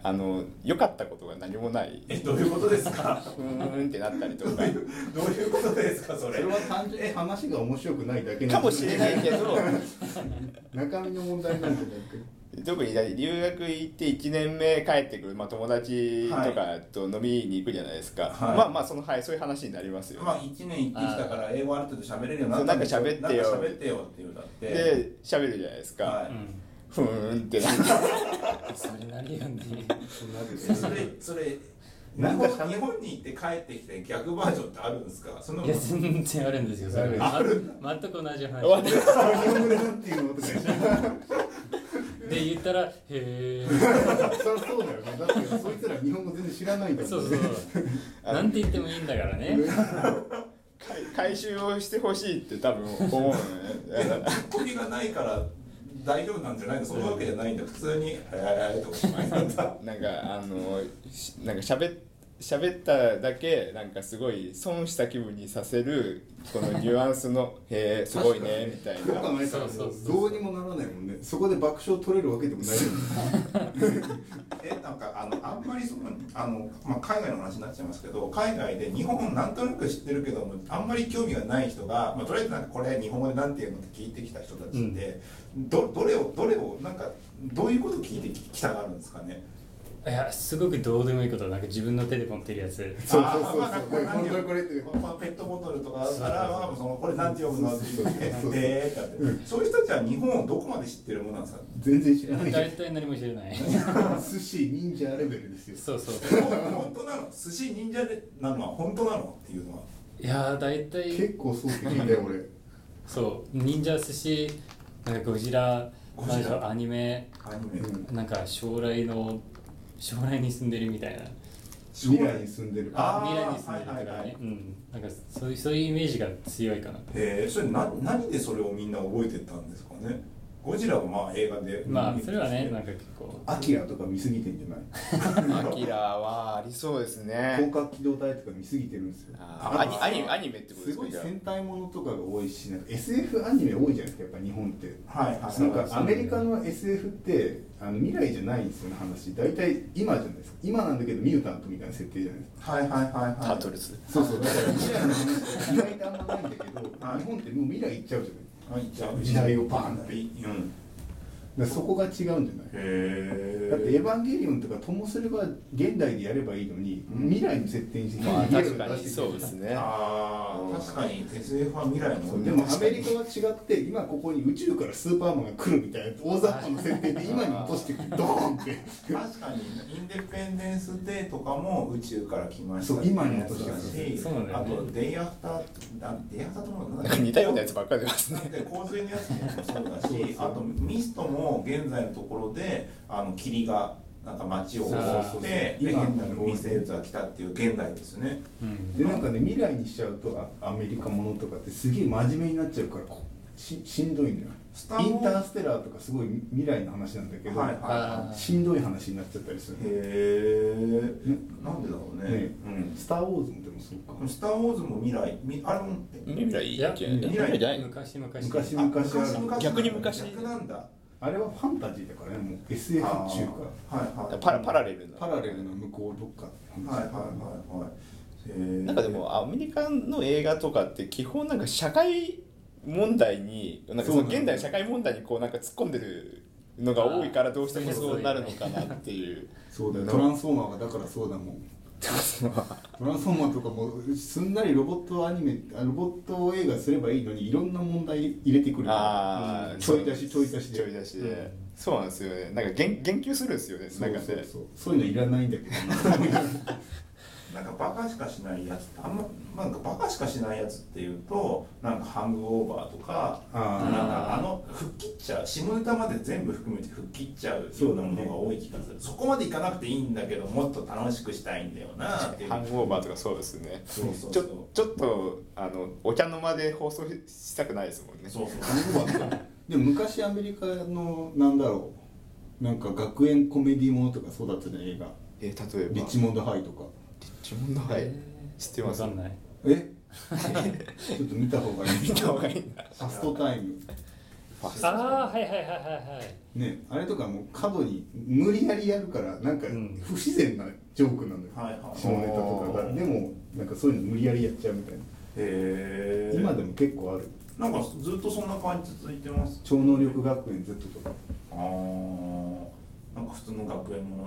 Speaker 5: あの良かったことが何もない
Speaker 1: えどういうことですか
Speaker 5: うーんってなったりとか
Speaker 1: どういうことですかそ
Speaker 4: そ
Speaker 1: れ
Speaker 4: れは単純に話が面白くないだけ
Speaker 5: かもしれないけど
Speaker 4: 中身の問題なんじゃなくて
Speaker 5: 特に留学行って1年目帰ってくる、まあ、友達とかと飲みに行くじゃないですか、
Speaker 1: はい
Speaker 5: まあまあその、はい、そういう話になりますよ、ね
Speaker 1: まあ1年行ってきたから英語ある程度喋れるようにな
Speaker 5: そう
Speaker 1: っ
Speaker 5: な
Speaker 1: た
Speaker 5: んか喋ってよ
Speaker 1: なんか喋ってよっていうだって
Speaker 5: で喋るじゃないですか、
Speaker 1: は
Speaker 3: う
Speaker 1: い
Speaker 3: ん
Speaker 5: ふーんってなって
Speaker 3: それなりよね
Speaker 4: そうなる よ
Speaker 1: そ
Speaker 4: ね
Speaker 1: れそれ日
Speaker 4: なん
Speaker 1: 本
Speaker 4: か喋
Speaker 1: 日本に行って帰ってきて逆バージョンってあるんですかそんないもん
Speaker 3: や全然あるんですよそれ
Speaker 4: あ
Speaker 3: ま全く同じ話
Speaker 5: 終わっ
Speaker 4: 日本語でなんていうのとか言っちゃう
Speaker 3: で言ったら「へえ」
Speaker 4: そりゃそうだよねだってそいつら日本語全然知らないんだも ん
Speaker 3: そうそうそうなんて言ってもいいんだからね
Speaker 5: 回 回収をしてほしいって多分思うのね
Speaker 1: でツッコミがないから大丈夫なんじゃないのそういうわけじゃないんだ普通に「へえ」とかしまいなんだ
Speaker 5: なんかあのしなんか喋っ喋っただけなんかすごい損した気分にさせるこのニュアンスの「へえすごいね」みたい
Speaker 4: そ う
Speaker 5: な
Speaker 4: 考えたら
Speaker 3: そうそうそう
Speaker 4: どうにもならないもんねそこで爆笑取れるわけでもないよね
Speaker 1: えなんかあのあんまりそのあの、まあ、海外の話になっちゃいますけど海外で日本なんとなく知ってるけどもあんまり興味がない人が、まあ、とりあえずなんかこれ日本語でなんていうのって聞いてきた人たちって、どどれをどれをなんかどういうこと聞いてききたがるんですかね
Speaker 3: いやすごくどうでもいいことなんか自分の手で持ってる やつ
Speaker 4: そうそうそうそう
Speaker 1: あーまあなんか
Speaker 4: これこれこれって
Speaker 1: このペットボトルとかだったらまあそのこれなんて読むのって言って
Speaker 4: そうそうそう
Speaker 1: でーってやってそういう人たちは日本をどこまで知ってるものなんですか
Speaker 4: 全然知らない
Speaker 3: 大体何も知らない
Speaker 4: 寿司忍者レベルですよ
Speaker 3: そうそう
Speaker 1: 本当なの寿司忍者でなのは本当なのっていうのはい
Speaker 3: やー大体
Speaker 4: 結構そうって聞いたよ俺
Speaker 3: そう忍者寿司なんかゴジラ
Speaker 1: ゴ
Speaker 3: なん
Speaker 1: ジ
Speaker 3: か
Speaker 1: ラ
Speaker 3: アニメ
Speaker 1: アニメ、
Speaker 4: うん
Speaker 3: なんか将来の将来に住んでるみたいな
Speaker 4: 未来に住んでる
Speaker 1: あー
Speaker 3: 未来に住んでるとか
Speaker 1: は
Speaker 3: ね、
Speaker 1: いはいはい
Speaker 3: うんなんかそういうそういうイメージが強いかな
Speaker 1: えー、それな何でそれをみんな覚えてったんですかねゴジラはまあ映画で
Speaker 3: まあそれはねなんか結構
Speaker 4: アキラとか見すぎてんじゃない
Speaker 5: アキラはありそうです
Speaker 4: 広
Speaker 5: ね
Speaker 4: 角機動隊とか見すぎてるんですよ
Speaker 5: あアニアニメアニメってことですすか
Speaker 4: ごい
Speaker 5: じゃあ
Speaker 4: 戦隊ものとかが多いしなんか SF アニメ多いじゃないですかやっぱ日本って
Speaker 1: はいはい
Speaker 4: なんかアメリカの SF ってあの未来じゃないんですよね話大体今じゃないですか今なんだけどミュータントみたいな設定じゃないですか
Speaker 1: はいはいはいはい
Speaker 5: タートルズ
Speaker 4: そうそうだから未来の話意外とあんまないんだけど日本ってもう未来行っちゃうじゃ
Speaker 1: は
Speaker 4: ない
Speaker 1: いじゃあ
Speaker 4: 時代をバーンって
Speaker 1: うん
Speaker 4: だからそこが違うんじゃない
Speaker 1: へえ
Speaker 4: だって「エヴァンゲリオン」とかともすれば現代でやればいいのに、
Speaker 1: うん
Speaker 4: 未来に設定にして
Speaker 5: まあ
Speaker 4: 未来を
Speaker 5: 確か
Speaker 4: 出
Speaker 5: に
Speaker 4: してくれ
Speaker 5: そうですね
Speaker 1: ああ確かに SF は未来の
Speaker 4: そうでもアメリカは違って今ここに宇宙からスーパーマンが来るみたいな大雑把な設定で今に落としてくるドーンって
Speaker 1: 確かにインデペンデンス・デーとかも宇宙から来ました
Speaker 4: そう今に落としてくる
Speaker 1: し
Speaker 3: そうなんだよ
Speaker 1: あ
Speaker 3: ね
Speaker 1: とデイアフターあデイアフターとも
Speaker 5: なんか似たようなやつばっかり出ます
Speaker 1: な
Speaker 5: ね
Speaker 1: んで洪水のやつもそうだ
Speaker 4: そう
Speaker 1: し
Speaker 4: そう
Speaker 1: あとミストも現在のところであの霧がなんか街を
Speaker 3: そう
Speaker 1: 覆
Speaker 3: そう
Speaker 4: そ
Speaker 1: っ
Speaker 4: う
Speaker 1: てで現
Speaker 4: 今
Speaker 1: 代の微生物が来たっていう現代ですね
Speaker 3: うん
Speaker 4: でなんかね未来にしちゃうとあアメリカものとかってすげえ真面目になっちゃうからこししんどいのよ
Speaker 1: スターウォー
Speaker 4: インターステラーとかすごい未来の話なんだけど、
Speaker 1: はいは
Speaker 3: あー
Speaker 4: しんどい話になっちゃったりす
Speaker 1: いへ
Speaker 4: る
Speaker 1: えなんでだろうね
Speaker 4: ね
Speaker 1: うん
Speaker 4: スター・ウォーズもでもそうか
Speaker 1: スター・ウォーズも未来みあれも
Speaker 5: 未来じゃない
Speaker 4: いや
Speaker 5: 未来じゃないの
Speaker 3: 昔昔
Speaker 4: 昔
Speaker 1: あ
Speaker 4: 昔ある
Speaker 5: 逆に昔
Speaker 1: 逆なんだ
Speaker 4: あれはファンタジーだからねもう SF 中
Speaker 1: あ
Speaker 4: 華
Speaker 1: ーはいはい
Speaker 5: パラパラレルな
Speaker 4: パラレルの向こうどっかって話
Speaker 1: はいはいはいはいへー
Speaker 5: なんかでもアメリカの映画とかって基本なんか社会問題になんかそ
Speaker 4: そう
Speaker 5: の
Speaker 4: なんだ
Speaker 5: 現代の社会問題にこうなんか突っ込んでるのが多いからどうしてもそうなるのかなっていう
Speaker 4: そうだよトランスフォーマーがだからそうだもんトランスフォーマーとかもすんなりロボットアニメあロボット映画すればいいのにいろんな問題入れてくる
Speaker 5: ああ
Speaker 4: うんちょい出しちょい出しで
Speaker 5: ちょい出しでそうなんですよねなんか言言及するんですよね
Speaker 4: そ
Speaker 5: な
Speaker 4: うん
Speaker 5: か
Speaker 4: そう
Speaker 5: ね
Speaker 4: そうそういうのいらないんだけどな
Speaker 1: なんかバカしかしないやつあんまなんかバカしかしないやつっていうとなんかハングオーバーとか
Speaker 4: あ
Speaker 1: なん
Speaker 4: ー
Speaker 1: かあの吹っ切っちゃう下ネタまで全部含めて吹っ切っちゃうようなものが多い気がするそ,、こまでいかなくていいんだけどもっと楽しくしたいんだよなっていう
Speaker 5: ハングオーバーとかそうですね
Speaker 1: そうそう
Speaker 5: ち
Speaker 1: そう
Speaker 5: ょちょっとあのお茶の間で放送したくないですもんね
Speaker 1: そうそう
Speaker 4: でも昔アメリカのなんだろうなんか学園コメディものとかそうだったじゃん映画
Speaker 5: えー例えば
Speaker 4: リッチモンドハイとか
Speaker 5: リッチモンドハイ知ってます
Speaker 3: わかんない
Speaker 4: え ちょっと見た方がいい
Speaker 5: 見た方がいいんだ
Speaker 4: ファストタイム
Speaker 3: ああはいはいはいはいはい
Speaker 4: ねあれとかもう過度に無理やりやるからなんか
Speaker 3: うん
Speaker 4: 不自然なジョークなんだよ、
Speaker 1: はいはい
Speaker 4: 下ネタとか
Speaker 1: あ
Speaker 4: が
Speaker 1: ー
Speaker 4: でもなんかそういうの無理やりやっちゃうみたいな、
Speaker 1: へえ
Speaker 4: 今でも結構ある
Speaker 1: なんかずっとそんな感じ続いてます
Speaker 4: 超能力学園 Z とか
Speaker 1: あーなんか普通の学園も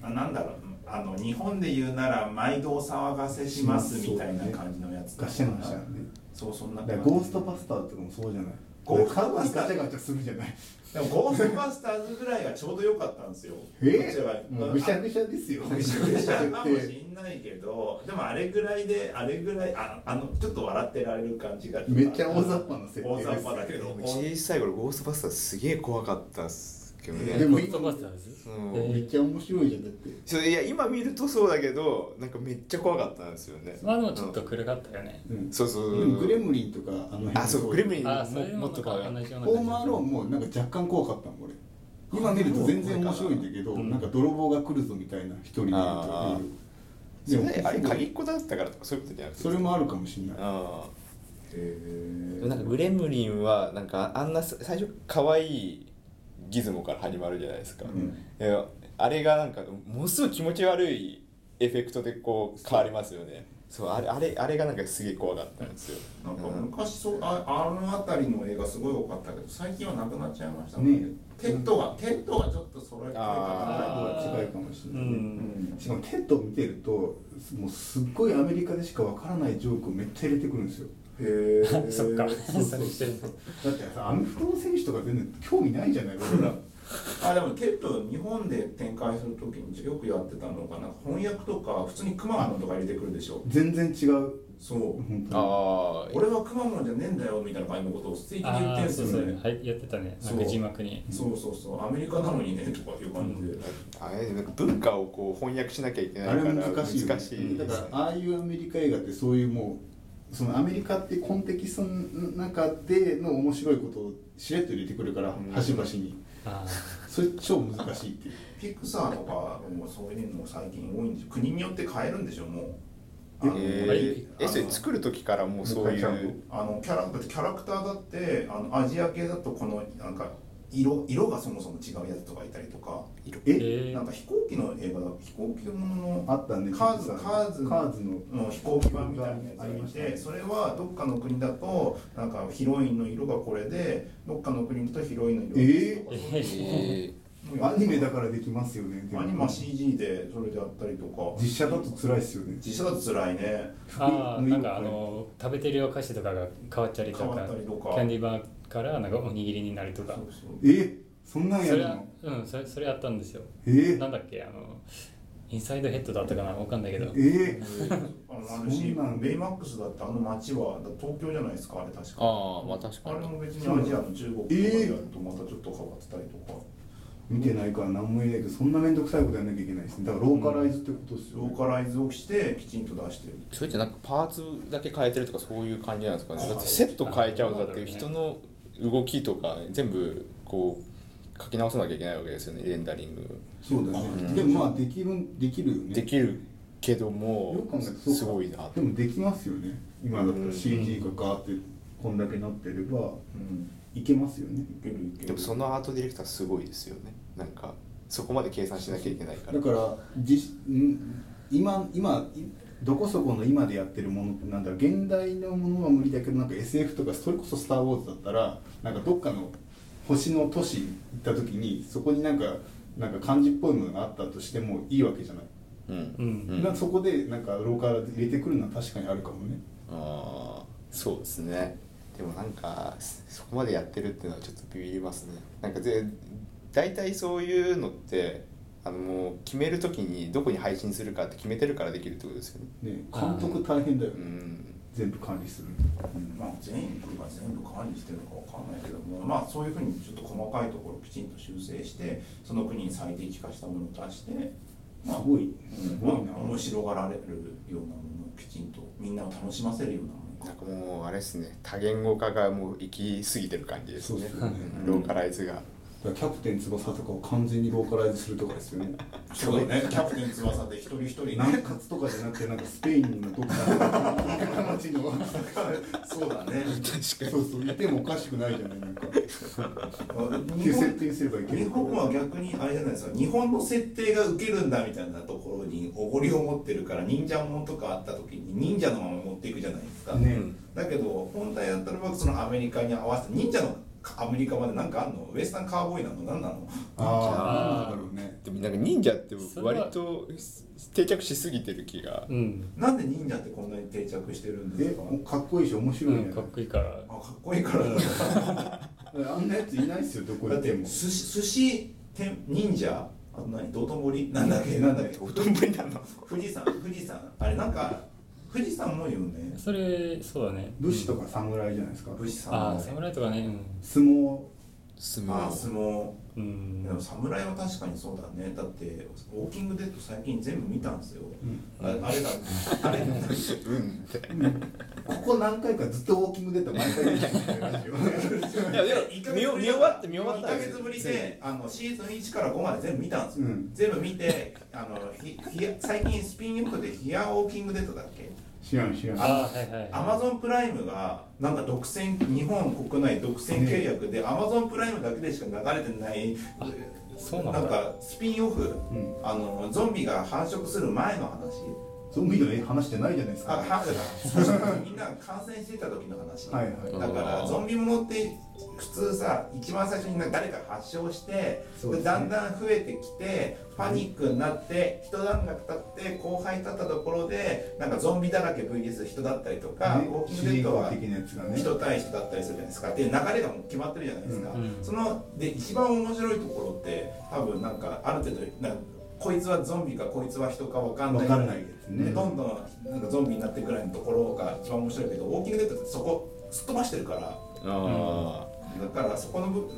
Speaker 1: ののなんだろうあの日本で言うなら毎度お騒がせしますみたいな感じのやつ
Speaker 4: ガシャンガシャンね
Speaker 1: そうそんな
Speaker 4: だ
Speaker 1: 感
Speaker 4: か
Speaker 1: じ
Speaker 4: らゴーストバスターズとかもそうじゃない
Speaker 1: ゴース
Speaker 4: 過
Speaker 1: ト
Speaker 4: 度
Speaker 1: バ
Speaker 4: に
Speaker 1: スタ
Speaker 4: ガ
Speaker 1: ー
Speaker 4: チャガチャするじゃない
Speaker 1: でもゴーストバスターズぐらいがちょうど良かったんですよ
Speaker 4: え
Speaker 1: こっ
Speaker 4: え
Speaker 1: ちは
Speaker 4: もうぐしゃぐしゃですよ
Speaker 1: ぐしゃぐしゃ かも
Speaker 4: って
Speaker 1: しんないけどでもあれぐらいであれぐらいああのちょっと笑ってられる感じが
Speaker 4: めっちゃ大雑把な設定です
Speaker 1: 大雑把だけど
Speaker 5: 小さい頃ゴーストバスターズすげえ怖かったっすけどね、
Speaker 4: でも
Speaker 3: ゴーストバスターズ
Speaker 5: うん
Speaker 3: えー
Speaker 4: めっちゃ面白いじゃんだって
Speaker 5: そういや今見るとそうだけどなんかめっちゃ怖かったんですよね
Speaker 3: まあでもちょっと暗かったよね、
Speaker 4: うん
Speaker 5: そうそうそう
Speaker 4: でもグレムリンとかあの辺
Speaker 5: あそうグレムリン
Speaker 3: ああそうい
Speaker 5: も
Speaker 3: うの
Speaker 5: もっ
Speaker 3: と
Speaker 5: と
Speaker 3: か
Speaker 5: 怖
Speaker 3: 同
Speaker 5: かった
Speaker 3: じような
Speaker 4: ホームアローンもなんか若干怖かったもん俺今見ると全然面白いんだけど、
Speaker 3: うん
Speaker 4: なんか泥棒が来るぞみたいな一人でいる
Speaker 5: あ
Speaker 4: と
Speaker 5: それ
Speaker 4: でも
Speaker 5: あれ鍵っ子だったからとかそういうことじゃなくて
Speaker 4: それもあるかもしれない
Speaker 5: あ
Speaker 1: へ
Speaker 5: あなんかグレムリンはなんかあんなさ最初可愛いギズモから始まるじゃないですか、
Speaker 1: ん
Speaker 5: いやあれがなんかものすごい気持ち悪いエフェクトでこう変わりますよねそうあれあれあれがなんかすげえ怖かったんですよ
Speaker 1: なんか
Speaker 5: うん
Speaker 1: 昔そうああの辺りの映画すごい多かったけど最近はなくなっちゃいましたもん
Speaker 4: ね
Speaker 1: ねテッドがテッドがちょっと揃えて
Speaker 4: あ
Speaker 1: か
Speaker 4: ー近いかもしれ
Speaker 3: う
Speaker 4: ない、
Speaker 1: うん ん
Speaker 4: しかもテッドを見てるともうすっごいアメリカでしかわからないジョークをめっちゃ入れてくるんですよ
Speaker 1: へえ
Speaker 3: そっか
Speaker 4: そうそ
Speaker 3: そ
Speaker 4: う
Speaker 3: れしてる
Speaker 4: だってさアメフトの選手とか全然興味ないじゃない俺ら
Speaker 1: あでも結構日本で展開するときによくやってたのがなんか翻訳とか普通にくまモンとか入れてくるでしょ
Speaker 4: 全然違う
Speaker 1: そう
Speaker 4: 本当に
Speaker 5: あ
Speaker 1: 俺はくまモンじゃねえんだよみたいな感じのことを素敵に言っ
Speaker 3: あ
Speaker 1: て
Speaker 3: あ
Speaker 1: んす
Speaker 3: そう
Speaker 1: よ
Speaker 3: そう
Speaker 1: ね
Speaker 3: はいやってたねなん
Speaker 1: そ
Speaker 3: か
Speaker 1: う
Speaker 3: 字幕に
Speaker 1: そうそうそうアメリカなのにねとかいう感じで
Speaker 5: ああれなんか文化をこう翻訳しなきゃいけない
Speaker 4: あ
Speaker 5: か
Speaker 4: れ
Speaker 5: ら
Speaker 4: 難しいよね
Speaker 5: 難し
Speaker 4: う
Speaker 5: い
Speaker 4: んだからああいうアメリカ映画ってそういうもうそのアメリカってコンテキストの中での面白いことをしれっと入れてくるから
Speaker 5: うん
Speaker 4: 端々に
Speaker 3: あ
Speaker 4: それ超難しいっていう
Speaker 1: ピクサーとかもそういうの最近多いんですよ国によって変えるんでしょもうあの
Speaker 5: えー、
Speaker 1: あ
Speaker 5: え
Speaker 1: の
Speaker 5: それ作る時からもうそうい
Speaker 4: もう一回ちゃん
Speaker 5: う
Speaker 1: あのキャラだってキャラクターだってあのアジア系だとこのなんか色色がそもそも違うやつとかいたりとか
Speaker 3: ー
Speaker 4: え
Speaker 3: え
Speaker 1: なん
Speaker 3: ー
Speaker 1: か飛行機の映画だ飛行機ものの
Speaker 4: あったね
Speaker 1: カーズ
Speaker 4: 実は
Speaker 1: カーズ
Speaker 4: カーズの
Speaker 1: の飛行機版みたいなやつがありましてそれはどっかの国だとなんかヒロインの色がこれでどっかの国だとヒロインの色がこれとか
Speaker 5: え
Speaker 3: え
Speaker 1: もうやっ
Speaker 4: アニメだからできますよねでも
Speaker 1: アニメは CG でそれであったりとか
Speaker 4: 実写だと辛いですよね
Speaker 1: 実写だと辛いね
Speaker 3: あー
Speaker 4: 服
Speaker 3: なんかあの食べてるよ菓子とかが変わったりとか
Speaker 1: 変わったりとか
Speaker 3: キャンディーバーからなんかおにぎりになるとか
Speaker 1: そうそう
Speaker 4: えそんなんや
Speaker 3: そ
Speaker 4: る
Speaker 3: れは
Speaker 4: の
Speaker 3: うんそれそれあったんですよ
Speaker 4: え
Speaker 3: なんだっけあのインサイドヘッドだったかなわかんないけど
Speaker 4: え
Speaker 1: あのあるし
Speaker 4: そんなん
Speaker 1: ベイマックスだってあの街はだ東京じゃないですかあれ確か
Speaker 5: ああまあ確
Speaker 1: あ
Speaker 5: か
Speaker 1: れ
Speaker 5: に
Speaker 1: も別にアジアの中国とかでやるとまたちょっと変わってたりとか、
Speaker 4: 見てないから何も言えないけどそんな面倒くさいことやんなきゃいけないですねだからローカライズってことですよ
Speaker 1: ロ
Speaker 4: ね
Speaker 1: ーカライズをしてきちんと出してる
Speaker 5: それってなんかパーツだけ変えてるとかそういう感じなんですかねだってセット変えちゃうとだって人の動きとか全部こう書き直さなきゃいけないわけですよねレンダリング
Speaker 4: そうだ
Speaker 5: う
Speaker 4: ね
Speaker 5: ん
Speaker 4: でもまあできるできるよね
Speaker 5: できるけど
Speaker 4: よく
Speaker 5: も
Speaker 4: 考えたらそうか
Speaker 5: すごいな
Speaker 4: でもできますよね今だった
Speaker 5: う
Speaker 4: ら
Speaker 5: ん
Speaker 4: CG がガーってこんだけなってれば
Speaker 1: うん
Speaker 4: いけますよね
Speaker 1: いけるいける
Speaker 5: でもそのアートディレクターすごいですよねなんかそこまで計算しなきゃいけないから
Speaker 4: だから実ん今今いどこそこの今でやってるものってなんだろう現代のものは無理だけどなんか SF とかそれこそ「スター・ウォーズ」だったらなんかどっかの星の都市行った時にそこになんかなんか漢字っぽいものがあったとしてもいいわけじゃない、
Speaker 5: うん
Speaker 3: う
Speaker 5: うんん
Speaker 4: なそこでなんかローカル入れてくるのは確かにあるかもね
Speaker 5: ああそうですねでもなんかそそこまでやってるっていうのはちょっとビビりますねなんかぜ大体そういうのってあのもう決めるときにどこに配信するかって決めてるからできるってことですよね
Speaker 4: ね監督大変だよ
Speaker 5: う
Speaker 4: ね
Speaker 5: ん
Speaker 4: 全部管理する
Speaker 1: うんまあ、全部が全部管理してるのかわかんないけども、まあ、そういうふうにちょっと細かいところをきちんと修正してその国に最適化したものを出して、
Speaker 4: す
Speaker 1: まあ
Speaker 4: ごい
Speaker 1: うん
Speaker 4: す
Speaker 1: ま
Speaker 4: ご
Speaker 1: あ、
Speaker 4: いな
Speaker 1: 面白がられるようなものをきちんとみんなを楽しませるようなもの
Speaker 5: なんかもうあれですね多言語化がもう行き過ぎてる感じですね
Speaker 4: そうですね
Speaker 5: んローカライズが
Speaker 4: だからキャプテン翼とかを完全にローカライズするとかですよね
Speaker 1: そうだねキャプテン翼で一人一人ね
Speaker 4: 南葛とかじゃなくてなんかスペインのどっかの町の
Speaker 1: そうだね
Speaker 4: そうそういてもおかしくないじゃないなんか
Speaker 1: 日
Speaker 4: 設
Speaker 1: 本
Speaker 4: 定すればいけ
Speaker 1: 日
Speaker 4: る
Speaker 1: 本は逆にあれじゃないですか日本の設定が受けるんだみたいなところにおごりを持ってるから忍者ものとかあった時に忍者のまま持っていくじゃないですか、
Speaker 4: ね
Speaker 1: だけど本体だったらばそのアメリカに合わせて忍者のアメリカまでなんかあんのウエスタンカウボーイなの何なの
Speaker 4: ああなんだろうね
Speaker 5: でもなんか忍者って
Speaker 3: それは
Speaker 5: 割と定着しすぎてる気が
Speaker 3: うん、
Speaker 1: なんで忍者ってこんなに定着してるんです
Speaker 4: え
Speaker 1: か
Speaker 4: かっこいいし面白い
Speaker 3: うん、
Speaker 4: ね
Speaker 3: かっこいいから
Speaker 1: あかっこいいからだ
Speaker 4: あんなやついないっすよどこ
Speaker 1: だっ
Speaker 4: 行って
Speaker 1: て
Speaker 4: も
Speaker 1: 寿司寿司店忍者あと何道頓堀なんだっけなんだっけ
Speaker 5: おとんぼになるの
Speaker 1: 富士山富士山あれなんか富士山も言うね
Speaker 3: それそうだね
Speaker 4: 武士とか侍じゃないですか
Speaker 1: 富士山
Speaker 3: ああ
Speaker 1: も
Speaker 3: 侍とかね
Speaker 4: 相撲
Speaker 5: す
Speaker 1: ああ相撲
Speaker 3: うん、うん
Speaker 1: でも侍は確かにそうだねだってウォーキングデッド最近全部見たんですよ、ああれだあれだ
Speaker 5: うん
Speaker 4: ここ何回かずっとウォーキング出た毎回出てるんだよラ ジ
Speaker 5: いやでも
Speaker 1: 一ヶ月ぶりだ
Speaker 5: 見よ見終わって見終わった
Speaker 1: 一ヶ
Speaker 5: んですよ
Speaker 1: 月ぶりであのシーズン1から5まで全部見たんですよ、
Speaker 4: うん
Speaker 1: 全部見てあのひひ最近スピンオフで「ヒアウォーキングデッド」だっけ
Speaker 4: オ知らん知らん
Speaker 3: ああはいはい
Speaker 1: アマゾンプライムがなんか独占日本国内独占契約でアマゾンプライムだけでしか流れてない
Speaker 3: そうなんだ
Speaker 1: かスピンオフ、
Speaker 4: うん
Speaker 1: あのゾンビが繁殖する前の話
Speaker 4: ゾンビの絵話してないじゃないです
Speaker 1: あ
Speaker 4: か
Speaker 1: ハグだみんな感染してた時の話、
Speaker 4: はいは
Speaker 1: だ
Speaker 4: い
Speaker 1: からゾンビものって通さ一番最初にな誰か発症して
Speaker 4: そうですね
Speaker 1: だんだん増えてきてパニックになって一段落経って後輩経ったところでなんかゾンビだらけ VS 人だったりとか、
Speaker 4: ね
Speaker 1: ウォーキン
Speaker 4: 主
Speaker 1: グデッ
Speaker 4: 人
Speaker 1: ド
Speaker 4: 公
Speaker 1: は
Speaker 4: 的なやつがね
Speaker 1: 人対人だったりするじゃないですかっていう流れがもう決まってるじゃないですか、
Speaker 4: うん
Speaker 1: そので一番面白いところって多分なんかある程度なんかこいつはゾンビかこいつは人か分かんない
Speaker 4: わかんないですね
Speaker 1: どんどんなんかゾンビになってくらいのところが一番面白いけどウォーキングデッドってそこすっ飛ばしてるから
Speaker 5: あ
Speaker 1: だからそこの部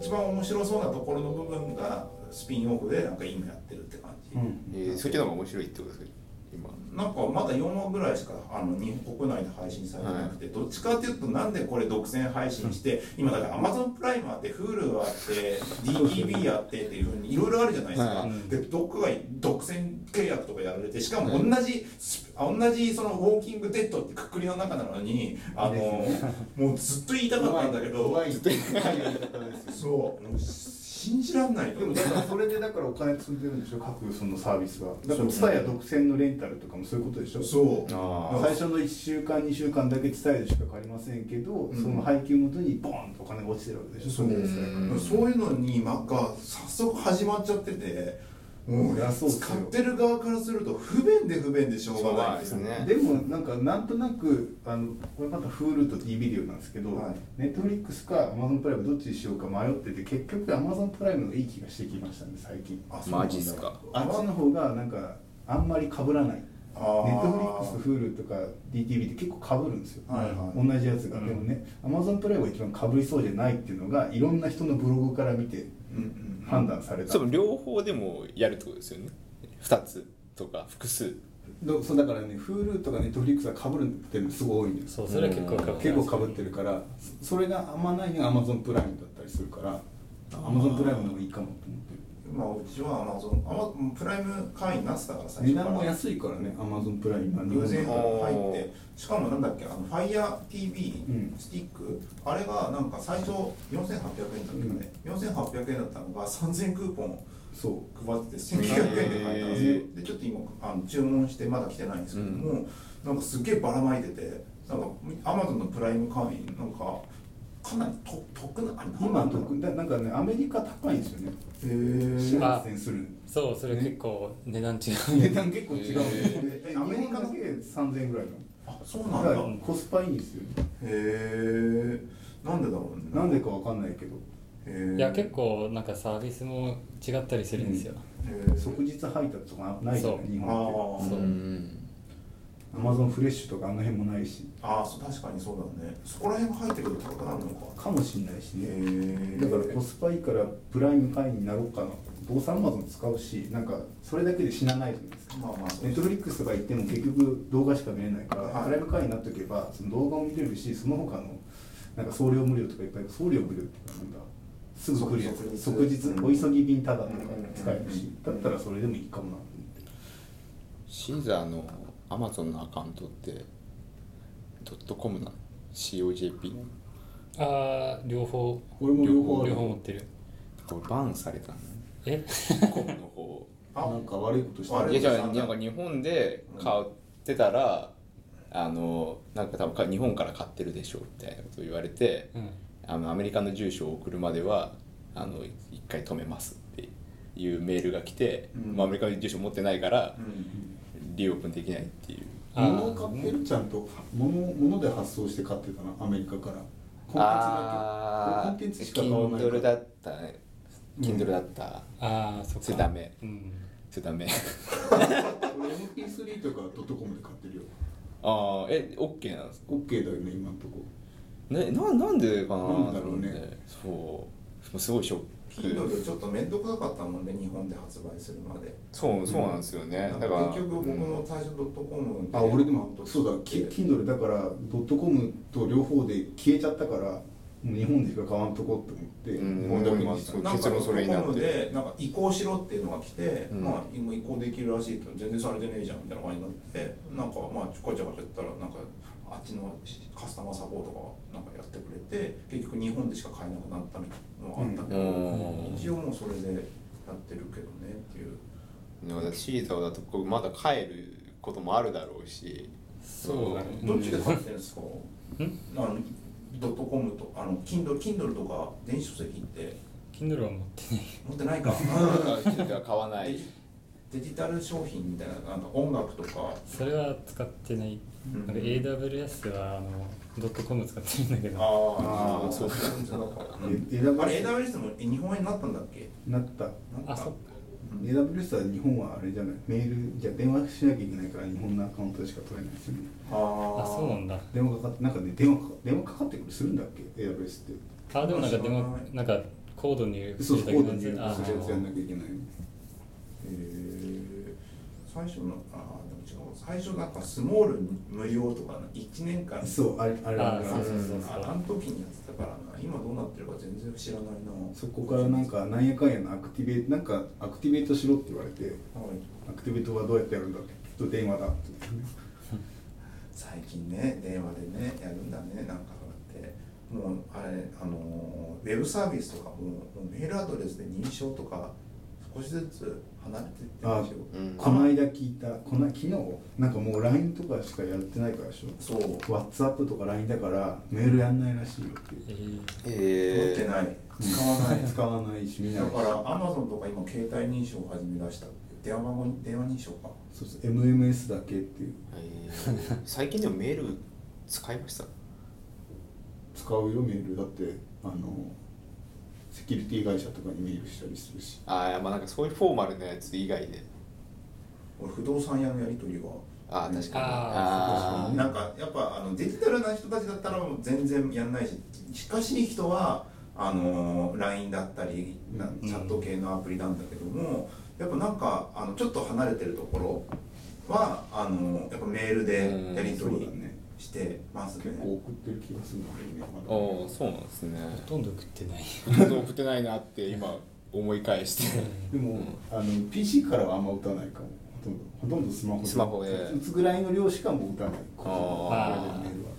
Speaker 1: 一番面白そうなところの部分がスピンオフでなんか今やってるって感じ、
Speaker 5: ー、えー、そっちの方が面白いってことですか今
Speaker 1: なんかまだ4話ぐらいしかあの日本国内で配信されてなくて、どっちかっていうとなんでこれ独占配信して今だから Amazon プライムあって Hulu あって DTV あってっていうふうにいろいろあるじゃないですか、
Speaker 5: はい
Speaker 1: でどっかが独占契約とかやられてしかも同じ、同じそのウォーキングデッドってくくりの中なのにあの、もうずっと言いたかったんだけど
Speaker 4: 怖い怖い怖いやり方です
Speaker 1: そ
Speaker 4: よ
Speaker 1: うもう信じらんない
Speaker 4: でもだからそれでだからお金積んでるんでしょ各そのサービスはだから
Speaker 1: そう
Speaker 4: TSUTAYA 独占のレンタルとかもそういうことでしょ
Speaker 1: そう
Speaker 5: あ
Speaker 4: 最初の1週間2週間だけ TSUTAYA でしか借りませんけど、
Speaker 1: ん
Speaker 4: その配給元にボーンとお金が落ちてるわけでしょ
Speaker 1: そう
Speaker 4: れですから
Speaker 5: うん
Speaker 1: そういうのになんか早速始まっちゃっててもう
Speaker 4: いやそうっすよ
Speaker 1: 使ってる側からすると不便で不便でしょうがない
Speaker 5: しょうがないね
Speaker 4: でもなんかなんとなくあのこれまた Hulu と D ビデオなんですけど、
Speaker 1: はい
Speaker 4: ネットフリックスか Amazon プライムどっちにしようか迷ってて結局 Amazon プライムのいい気がしてきましたね最近
Speaker 1: あ
Speaker 5: マジっすか
Speaker 4: あっちの方がなんかあんまり被らない
Speaker 1: ネ
Speaker 4: ネットフリックスと Hulu とか DTV って結構被るんですよ、
Speaker 1: はいはい
Speaker 4: 同じやつが、
Speaker 3: うん
Speaker 4: でもね Amazon プライムが一番被りそうじゃないっていうのがいろんな人のブログから見て
Speaker 1: うん
Speaker 4: 判断され
Speaker 5: ー
Speaker 4: た、
Speaker 5: そう両方でもやるってことですよね2つとか複数
Speaker 4: どそうだからね Hulu とか Netflix は被るっていうのすごい多いんです
Speaker 3: そうそれは結構かぶ
Speaker 4: 結構かぶってるからそそれがあんまないのが Amazon プライムだったりするから
Speaker 1: あー
Speaker 4: Amazon プライムの方がいいかもと思ってる
Speaker 1: うんまあうちはアマゾンアマプライム会員になってたから最
Speaker 4: 値
Speaker 1: 初から
Speaker 4: 段も安いからね Amazon プライムは
Speaker 1: 偶然
Speaker 4: だ
Speaker 1: 入
Speaker 4: と
Speaker 1: ってしかもなんだっけあの FireTV
Speaker 4: うん
Speaker 1: スティック、あれがなんか最初4800円だったのね、4800円だったのが3000円クーポン
Speaker 4: そう
Speaker 1: 配ってて1900円で買えたんです
Speaker 5: へ
Speaker 1: よ
Speaker 5: ー
Speaker 1: でちょっと今あの注文してまだ来てないんですけども、
Speaker 5: う
Speaker 1: なんかすっげえばらまいててなんかアマゾンのプライム会員なんかかなりと得なあれ
Speaker 4: 今
Speaker 1: なんだろう
Speaker 4: 特だなんかねアメリカ高いんですよね
Speaker 1: へー
Speaker 3: あ
Speaker 4: 8000する
Speaker 3: そうそれ結構値段違う
Speaker 4: 値段結構違うんで
Speaker 1: へ
Speaker 4: え
Speaker 1: ー
Speaker 4: アメリカだけ3000円ぐらいなの
Speaker 1: あそうなん
Speaker 4: だ
Speaker 1: だ
Speaker 4: か
Speaker 1: へ
Speaker 4: らコスパいいんですよ
Speaker 1: えなんでだろうね
Speaker 4: なんでかわかんないけど
Speaker 1: へえ
Speaker 3: いや結構なんかサービスも違ったりするんですよ、
Speaker 1: へえ
Speaker 4: 即日配達とかないじゃない
Speaker 3: そう
Speaker 4: 日
Speaker 1: あ
Speaker 4: 本
Speaker 1: あ
Speaker 3: そう
Speaker 5: うん
Speaker 4: ってアマゾンフレッシュとかあの辺もないし
Speaker 1: ああそう確かにそうだねそこら辺が入ってくると高くなるのか
Speaker 4: かもしれないし
Speaker 1: へ
Speaker 4: ね
Speaker 1: え
Speaker 4: だからコスパいいからプライム会員になろうかなどうせアマゾン使うしなんかそれだけで死なないじゃないですか
Speaker 1: まあまあそう
Speaker 4: ネットフリックスとか行っても結局動画しか見れないから、
Speaker 1: はい
Speaker 4: プライム会員になっておけばその動画も見れるしその他のなんか送料無料とかいっぱい送料無料とかなんだすぐ来るやつ
Speaker 1: 即
Speaker 4: 即
Speaker 1: 日
Speaker 4: 日
Speaker 1: うん
Speaker 4: お急ぎ便タダとか使えるし
Speaker 1: う
Speaker 4: だ
Speaker 1: ん
Speaker 4: ったらそれでもいいかもなと思って
Speaker 5: シーザーのアマゾンのアカウントってドットコムなの COJP
Speaker 3: ああ両方
Speaker 4: 俺も両方ある
Speaker 3: 両方持ってる
Speaker 5: これバンされたの
Speaker 3: え
Speaker 5: コムの 方
Speaker 1: あ
Speaker 4: なんか悪いことして
Speaker 1: あ
Speaker 5: いや
Speaker 1: れ
Speaker 5: じゃあなんか日本で買ってたら、あのなんか多分か日本から買ってるでしょうみたいなこと言われて
Speaker 3: うん
Speaker 5: あのアメリカの住所を送るまではあの一回止めますっていうメールが来て、
Speaker 1: うん
Speaker 5: まあ、アメリカの住所持ってないから
Speaker 1: うん
Speaker 5: リオープンできないっていう
Speaker 3: あー
Speaker 4: 物を買ってるちゃんと物物で発送して買ってたなアメリカからコンテンツだ
Speaker 5: あ
Speaker 4: けコンテンツしか買わないから
Speaker 5: Kindle だったね Kindle だった、
Speaker 3: ああそっか
Speaker 5: それダメ
Speaker 3: うん、
Speaker 5: それダメ
Speaker 4: 俺 MP3 とかドットコムで買ってるよ
Speaker 5: ああえオッケーなんですか
Speaker 4: OK だよね今んとこ
Speaker 5: ねななんでかな
Speaker 4: なんだろうね
Speaker 5: と思ってそうもうすごいショッ
Speaker 1: Kindle
Speaker 5: ク
Speaker 1: ちょっと面倒くさかったもんね日本で発売するまで
Speaker 5: そうそうなんですよね、だから
Speaker 1: 結局僕
Speaker 5: うん
Speaker 1: も最初ドットコム
Speaker 4: あ俺でもそうだキ Kindle だからドットコムと両方で消えちゃったからもう日本でしか買わんとこって思って、
Speaker 5: うん
Speaker 4: 日本だけにした
Speaker 5: うん
Speaker 1: なんか
Speaker 5: 結論それになって
Speaker 1: ドットコムでなんか移行しろっていうのが来て、
Speaker 5: うん
Speaker 1: まあ今移行できるらしいけど全然されてねえじゃんみたいな感じになってなんかまあガチャガチャやったらなんかあっちのカスタマーサポートがなんかやってくれて結局日本でしか買えなくなったみたいなのがあったけど、
Speaker 5: うん
Speaker 1: 一応もうそれでやってるけどねっていう。
Speaker 5: でもシーザーだとこうまだ帰ることもあるだろうし
Speaker 3: そうだね
Speaker 1: どっちで買ってるんですか？
Speaker 3: ん
Speaker 1: あのドットコムとあの Kindle Kindle とか電子書籍って
Speaker 3: Kindle は持ってない
Speaker 1: 持ってないか。
Speaker 5: なんか聞いては買わな
Speaker 1: デ
Speaker 5: い
Speaker 1: ジデジタル商品みたいななんか音楽とか。
Speaker 3: それは使ってない、
Speaker 1: うん
Speaker 3: なんか AWS はあのドットコム使ってるんだけ
Speaker 1: あー
Speaker 3: ど
Speaker 4: あー
Speaker 1: そうか。うん
Speaker 4: え枝
Speaker 1: あれ
Speaker 4: 林
Speaker 1: AWS もえ日本円になったんだっけ？
Speaker 4: なった
Speaker 1: なんか
Speaker 3: あそっか
Speaker 1: うん
Speaker 4: AWS は日本はあれじゃないメールじゃ電話しなきゃいけないから日本のアカウントしか取れないですよね
Speaker 1: あ
Speaker 3: あそうなんだ
Speaker 4: 電話かかってなんかね電話かか電話かかってくるするんだっけ AWS って
Speaker 3: あでもなんかで
Speaker 1: 知ら
Speaker 3: も
Speaker 1: ない
Speaker 3: なんかコード入力
Speaker 4: そう
Speaker 3: す
Speaker 4: そう
Speaker 3: るだ
Speaker 4: コ
Speaker 3: け
Speaker 4: ー
Speaker 3: なんで
Speaker 4: ドに入力するやつやんなきゃいけない
Speaker 1: へえ最初のあーでも違う最初なんかスモール無料とかな一年間
Speaker 4: そうあれあれだ
Speaker 3: あ
Speaker 4: から
Speaker 3: そうそうそう
Speaker 1: ああの時にやってたからな今どうなってるか全然知らないな
Speaker 4: そこからなんかなんやかんやのアクティベートなんかアクティベートしろって言われて
Speaker 1: はい
Speaker 4: アクティベートはどうやってやるんだっけと電話だって
Speaker 1: 最近ね電話でねやるんだねなんかってもうあれあのーウェブサービスとかももうメールアドレスで認証とか少しずつ離れていってま
Speaker 4: あ
Speaker 1: すよ
Speaker 5: うん
Speaker 4: この間聞いたこの昨日なんかもう LINE とかしかやってないからでしょ
Speaker 1: そう持
Speaker 4: WhatsApp とか LINE だからメールやんないらしいよっていう
Speaker 3: えー
Speaker 5: え
Speaker 1: ってない使わ ない
Speaker 4: 使わないし見ない
Speaker 1: だ
Speaker 4: し
Speaker 1: からアマゾンとか今携帯認証を始め出した電話番号に電話認証か
Speaker 4: そうそう MMS だけっていう
Speaker 5: 最近でもメール使いました
Speaker 4: 使うよメールだってあのセキュリティ会社とかにメールしたりするし
Speaker 5: ああまあなんかそういうフォーマルなやつ以外で
Speaker 1: 俺不動産屋のやり取りは
Speaker 5: ああ確かに
Speaker 3: あ
Speaker 4: ー
Speaker 5: あ
Speaker 1: なんかやっぱあのデジタルな人たちだったらもう全然やんないし近しい人はあの LINE だったりな
Speaker 4: うん
Speaker 1: チャット系のアプリなんだけども、やっぱなんかあのちょっと離れてるところはあのやっぱメールでやり
Speaker 4: そう
Speaker 1: 取
Speaker 4: だ
Speaker 1: り
Speaker 4: ね
Speaker 1: してますね
Speaker 4: 結構送ってる気がするんだけどねまだ
Speaker 5: おおそうなんですね
Speaker 3: ほとんど食ってない
Speaker 5: ちょっと送ってないなって今思い返して
Speaker 4: でも、あの PC からはあんま打たないかもほとんどほとんどスマホ
Speaker 5: スマホで
Speaker 4: 打つぐらいの量しかもう打たない
Speaker 5: あ
Speaker 3: ー
Speaker 4: これでメールは